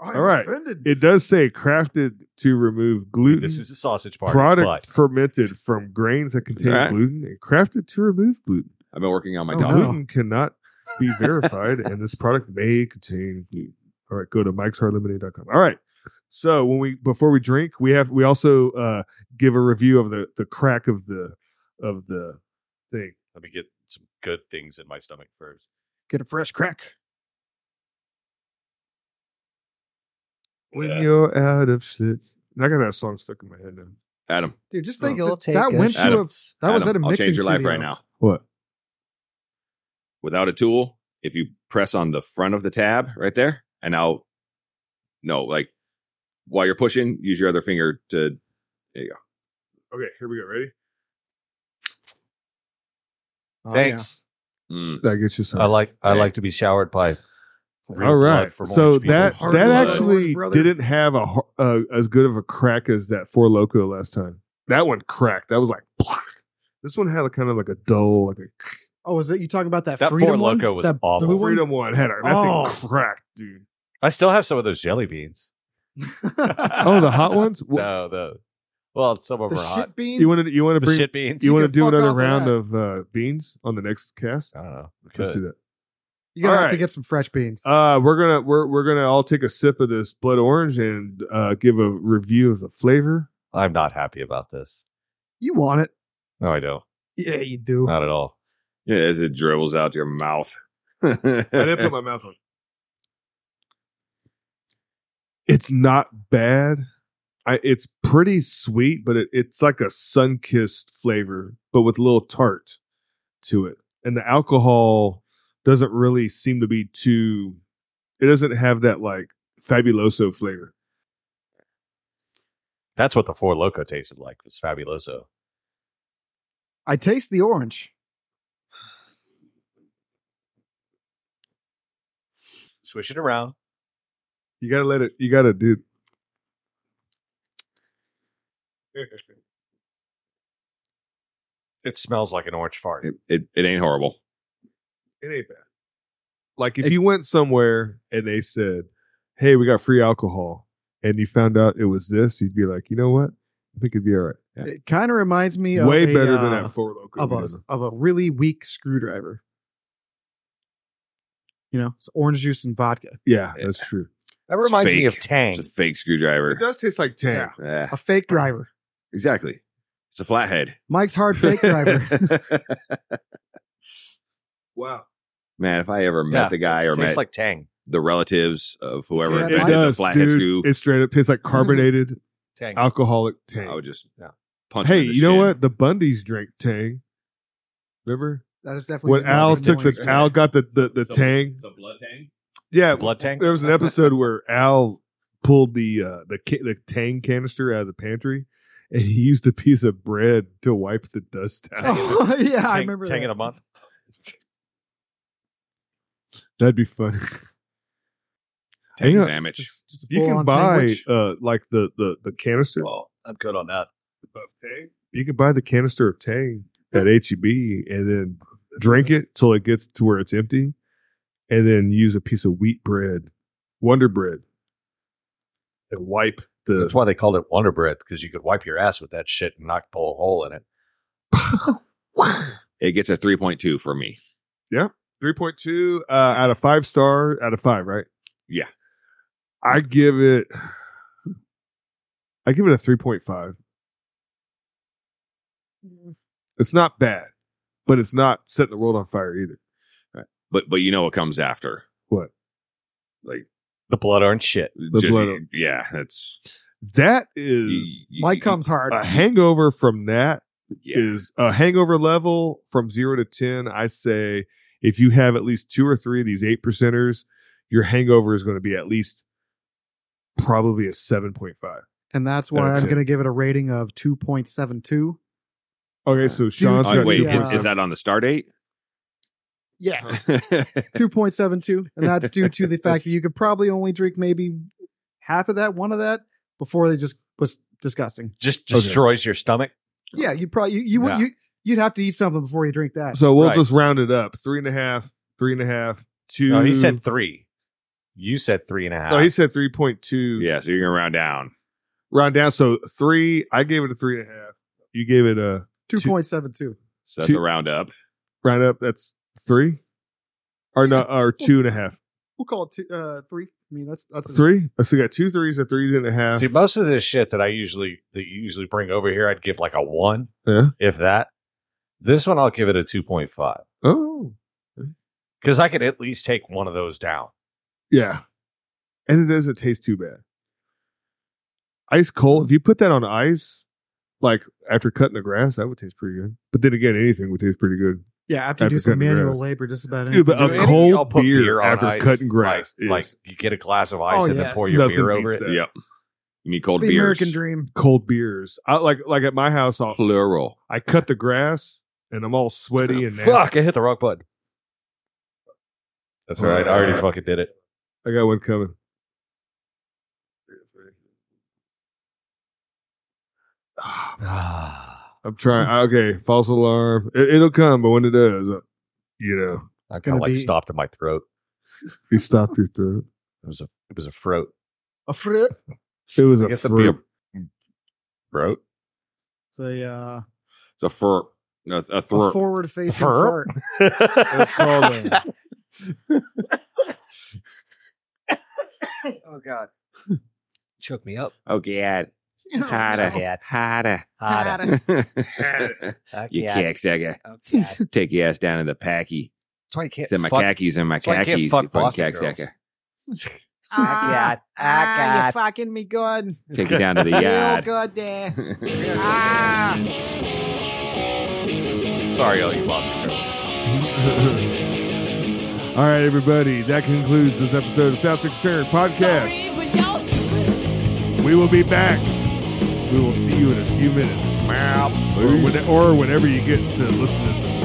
Speaker 1: All right. It does say crafted to remove gluten.
Speaker 3: This is a sausage party.
Speaker 1: product
Speaker 3: but
Speaker 1: fermented from grains that contain
Speaker 4: Right.
Speaker 1: gluten and crafted to remove gluten.
Speaker 4: I've been working on my
Speaker 2: Oh,
Speaker 4: dog.
Speaker 2: no.
Speaker 1: gluten cannot be verified, and this product may contain gluten. All right, go to mikeshardlemonade.com. All right. So when we before we drink, we have we also uh give a review of the the crack of the of the thing.
Speaker 3: let me get some good things in my stomach first.
Speaker 2: Get a fresh crack.
Speaker 1: When
Speaker 3: Yeah.
Speaker 1: you're out of shit. And I got that song stuck in my head now.
Speaker 4: Adam,
Speaker 2: Dude, just think
Speaker 8: You'll
Speaker 2: that,
Speaker 8: take
Speaker 2: that
Speaker 8: a
Speaker 2: went to
Speaker 4: Adam,
Speaker 2: a, that was
Speaker 4: Adam,
Speaker 2: at a mixing
Speaker 4: I'll change your life
Speaker 2: studio.
Speaker 4: right now.
Speaker 1: What?
Speaker 4: Without a tool, if you press on the front of the tab right there, and now, no, like while you're pushing, use your other finger to.
Speaker 1: Okay, here we go. Ready?
Speaker 2: Oh,
Speaker 3: Thanks.
Speaker 4: Mm,
Speaker 1: That gets you something.
Speaker 3: I like I
Speaker 4: Hey.
Speaker 3: like to be showered by. real
Speaker 1: All
Speaker 3: blood
Speaker 1: right.
Speaker 3: from
Speaker 1: So
Speaker 3: orange people.
Speaker 1: that
Speaker 4: Hard
Speaker 1: that
Speaker 4: blood.
Speaker 1: actually
Speaker 2: Brother.
Speaker 1: didn't have a har- uh, as good of a crack as that Four Loco last time. That one cracked. That was like this one had a kind of like a dull like a
Speaker 2: Oh, is it you talking about that?
Speaker 3: That
Speaker 2: freedom
Speaker 3: Four
Speaker 2: one?
Speaker 3: Loko was
Speaker 2: That
Speaker 3: awful.
Speaker 2: blue one?
Speaker 1: freedom one had a that
Speaker 2: Oh.
Speaker 1: thing cracked, dude.
Speaker 3: I still have some of those jelly beans.
Speaker 1: Oh, the hot ones. Wha-
Speaker 3: No, the well, some of them
Speaker 2: The
Speaker 3: are hot.
Speaker 2: shit beans.
Speaker 1: You want to you want to
Speaker 3: The
Speaker 1: bring
Speaker 3: shit beans.
Speaker 1: you want to
Speaker 2: can
Speaker 1: do
Speaker 2: fuck
Speaker 1: another
Speaker 2: off with
Speaker 1: round
Speaker 2: that.
Speaker 1: of uh, beans on the next cast?
Speaker 3: I don't know. We
Speaker 1: Let's
Speaker 3: could.
Speaker 1: do
Speaker 2: You're gonna have to
Speaker 1: Alright.
Speaker 2: get some fresh beans.
Speaker 1: that. Uh, we're gonna we're we're gonna all take a sip of this blood orange and uh, give a review of the flavor.
Speaker 3: I'm not happy about this.
Speaker 2: you want it?
Speaker 3: No, I don't.
Speaker 2: Yeah, you do.
Speaker 1: Uh,
Speaker 3: Not at all.
Speaker 4: yeah, as it dribbles out your mouth.
Speaker 1: I didn't put my mouth on. It's not bad. I, it's pretty sweet, but it, it's like a sun kissed flavor, but with a little tart to it. And the alcohol doesn't really seem to be too, it doesn't have that like fabuloso flavor.
Speaker 3: That's what the Four Loco tasted like. It was fabuloso.
Speaker 2: I taste the orange.
Speaker 3: Swish it around.
Speaker 1: You gotta let it, you gotta do.
Speaker 3: It smells like an orange fart.
Speaker 4: it, it, it ain't horrible.
Speaker 1: It ain't bad. Like if you went somewhere and they said, "Hey, we got free alcohol," and you found out it was this, you'd be like, "You know what? I think it'd be all right." Eh,
Speaker 2: It kind of reminds me of
Speaker 1: Way
Speaker 2: a,
Speaker 1: better than
Speaker 2: uh,
Speaker 1: that four loco.
Speaker 2: of a
Speaker 1: man.
Speaker 2: of a really weak screwdriver. You know, it's orange juice and vodka.
Speaker 1: yeah, that's true.
Speaker 3: That
Speaker 4: It's
Speaker 3: reminds me of
Speaker 4: fake.
Speaker 3: Tang.
Speaker 4: It's a fake screwdriver.
Speaker 1: It does taste like tang.
Speaker 2: Yeah.
Speaker 4: Yeah,
Speaker 2: A fake driver.
Speaker 4: exactly. It's a flathead.
Speaker 2: Mike's hard fake driver.
Speaker 1: Wow.
Speaker 4: Man, if I ever met
Speaker 3: Yeah,
Speaker 4: the guy or
Speaker 3: It tastes
Speaker 4: met
Speaker 3: like Tang.
Speaker 4: the relatives of whoever
Speaker 2: Yeah,
Speaker 1: It
Speaker 2: I
Speaker 4: invented
Speaker 2: did
Speaker 4: the
Speaker 1: does,
Speaker 4: flathead
Speaker 1: dude.
Speaker 4: screw,
Speaker 1: It straight up tastes like carbonated
Speaker 3: Tang.
Speaker 1: alcoholic
Speaker 4: I
Speaker 1: tang.
Speaker 4: would just
Speaker 3: Yeah.
Speaker 4: punch. him
Speaker 1: Hey,
Speaker 4: in the
Speaker 1: you know
Speaker 4: shin.
Speaker 1: what? The Bundys drank tang. Remember
Speaker 2: That is definitely
Speaker 1: when
Speaker 2: the best
Speaker 1: Al
Speaker 2: thing
Speaker 1: took
Speaker 2: orange
Speaker 1: the
Speaker 2: juice.
Speaker 1: Al got the the, the
Speaker 4: Some-
Speaker 1: tang?
Speaker 4: The blood tang.
Speaker 1: Yeah,
Speaker 3: Blood Tang.
Speaker 1: There was an episode where Al pulled the uh, the ca- the Tang canister out of the pantry, and he used a piece of bread to wipe the dust out.
Speaker 2: Oh, yeah, I
Speaker 3: Tang-
Speaker 2: remember
Speaker 3: Tang
Speaker 2: that.
Speaker 3: in a month.
Speaker 1: That'd be funny.
Speaker 4: Tech
Speaker 1: Hang on.
Speaker 4: sandwich.
Speaker 2: Just, just a
Speaker 1: You can
Speaker 2: full-on
Speaker 1: buy
Speaker 2: sandwich.
Speaker 1: uh, like the the the canister.
Speaker 3: Well, I'm good on that.
Speaker 1: You can buy the canister of Tang at HEB and then drink it till it gets to where it's empty, and then use a piece of wheat bread, Wonder Bread, and wipe the.
Speaker 3: That's why they called it Wonder Bread because you could wipe your ass with that shit and not pull a hole in it.
Speaker 4: It gets a 3.2 for me.
Speaker 1: 3.2 uh, out of five star out of five, right?
Speaker 4: Yeah.
Speaker 1: I give it I give it a 3.5. It's not bad, but it's not setting the world on fire either.
Speaker 4: But but you know what comes after.
Speaker 3: The blood orange shit.
Speaker 1: The
Speaker 4: Ju-
Speaker 1: blood-
Speaker 4: Yeah, that's
Speaker 1: That is
Speaker 2: Mike comes hard.
Speaker 1: a hangover from that is
Speaker 4: Yeah.
Speaker 1: a hangover level from 0 to 10. I say if you have at least two or three of these 8 percenters, your hangover is going to be at least probably a 7.5.
Speaker 2: and that's why
Speaker 1: That's
Speaker 2: I'm
Speaker 1: it.
Speaker 2: going to give it a rating of 2.72.
Speaker 1: Okay, so Sean's
Speaker 2: It's
Speaker 4: Oh,
Speaker 1: got
Speaker 4: wait,
Speaker 1: two
Speaker 2: Yeah.
Speaker 4: is, is that on the star date?
Speaker 2: Yes. 2.72 and that's due to the fact that you could probably only drink maybe half of that one of that before they just was disgusting
Speaker 3: Just
Speaker 1: Okay.
Speaker 3: destroys your stomach.
Speaker 2: yeah you probably you, you, would
Speaker 3: Yeah.
Speaker 2: you you'd have to eat something before you drink that
Speaker 1: So we'll
Speaker 3: Right.
Speaker 1: just round it up. Three and a half, three and a half, two.
Speaker 3: No, he said three. You said three and a half.
Speaker 1: No, he said three point two.
Speaker 4: yeah, so you're gonna round down.
Speaker 1: Round down. So three. I gave it a three and a half. You gave it a
Speaker 2: 2.72
Speaker 4: So that's
Speaker 1: Two-
Speaker 4: a round up.
Speaker 1: round up. That's three. Or no, or two and a half.
Speaker 2: we'll call it two, uh three i mean that's that's
Speaker 1: Three. Oh, So we got two threes, a three and a half.
Speaker 3: See, most of this shit that I usually that you usually bring over here, I'd give like a one,
Speaker 1: Yeah.
Speaker 3: if that. This one, I'll give it a two point five
Speaker 1: Oh.
Speaker 3: because I could at least take one of those down.
Speaker 1: Yeah. And it doesn't taste too bad. Ice cold. If you put that on ice, like after cutting the grass, that would taste pretty good. But then again, anything would taste pretty good.
Speaker 2: yeah after you do
Speaker 1: After
Speaker 2: some
Speaker 1: cutting
Speaker 2: manual
Speaker 1: grass.
Speaker 2: labor just about
Speaker 1: Dude, but
Speaker 2: anything
Speaker 1: a
Speaker 2: you
Speaker 3: Dude,
Speaker 2: do.
Speaker 1: cold
Speaker 3: I'll put
Speaker 1: beer
Speaker 3: on
Speaker 1: after
Speaker 3: ice,
Speaker 1: cutting grass
Speaker 3: Like, like
Speaker 1: is-
Speaker 3: you get a glass of ice
Speaker 2: Oh,
Speaker 3: and
Speaker 2: yes.
Speaker 3: then pour your
Speaker 1: Nothing
Speaker 3: beer over
Speaker 1: beats
Speaker 3: it.
Speaker 1: that.
Speaker 4: Yep. You need cold
Speaker 2: the
Speaker 4: beers.
Speaker 2: american dream
Speaker 1: Cold beers. I like like at my house. I'll,
Speaker 4: Plural.
Speaker 1: I cut the grass and I'm all sweaty and nasty.
Speaker 3: Fuck, I hit the wrong button. That's all right. I already fucking did it.
Speaker 1: I got one coming. Ah,
Speaker 3: I
Speaker 1: I'm trying. I- Okay, false alarm. It, it'll come, but when it does, uh, you know,
Speaker 3: kind
Speaker 2: gonna
Speaker 3: of like
Speaker 2: be-
Speaker 3: stopped in my throat.
Speaker 1: you stop your throat.
Speaker 3: It was a it was a throat.
Speaker 2: a fruit
Speaker 1: It was
Speaker 3: I
Speaker 1: a
Speaker 3: guess that'd be a
Speaker 1: fruit.
Speaker 3: throat.
Speaker 2: it's a uh
Speaker 4: It's a fur no, a
Speaker 2: a
Speaker 4: throat.
Speaker 2: forward facing
Speaker 3: Fur?
Speaker 2: fart
Speaker 3: That's
Speaker 1: called a-
Speaker 3: oh god. Choke me up.
Speaker 4: oh god.
Speaker 3: God.
Speaker 4: Harder.
Speaker 3: Hot.
Speaker 4: you cocksucker.
Speaker 3: Oh, God. That's
Speaker 4: Take your ass down to the packy.
Speaker 3: why you can't
Speaker 4: Send my
Speaker 3: fuck-
Speaker 4: khakis and my
Speaker 3: That's why you can't
Speaker 4: khakis. You
Speaker 3: fuck
Speaker 4: fucking
Speaker 3: Boston
Speaker 4: cocksucker.
Speaker 3: girls.
Speaker 2: ah, ah, you're fucking me good
Speaker 4: Take you down to the
Speaker 2: real
Speaker 4: yard.
Speaker 2: good there
Speaker 4: Sorry, all you Boston girls.
Speaker 1: All right, everybody. That concludes this episode of South Six Turn podcast.
Speaker 5: Sorry, but y'all should really.
Speaker 1: We will be back. We will see you in a few minutes. Or, when, or whenever you get to listen to the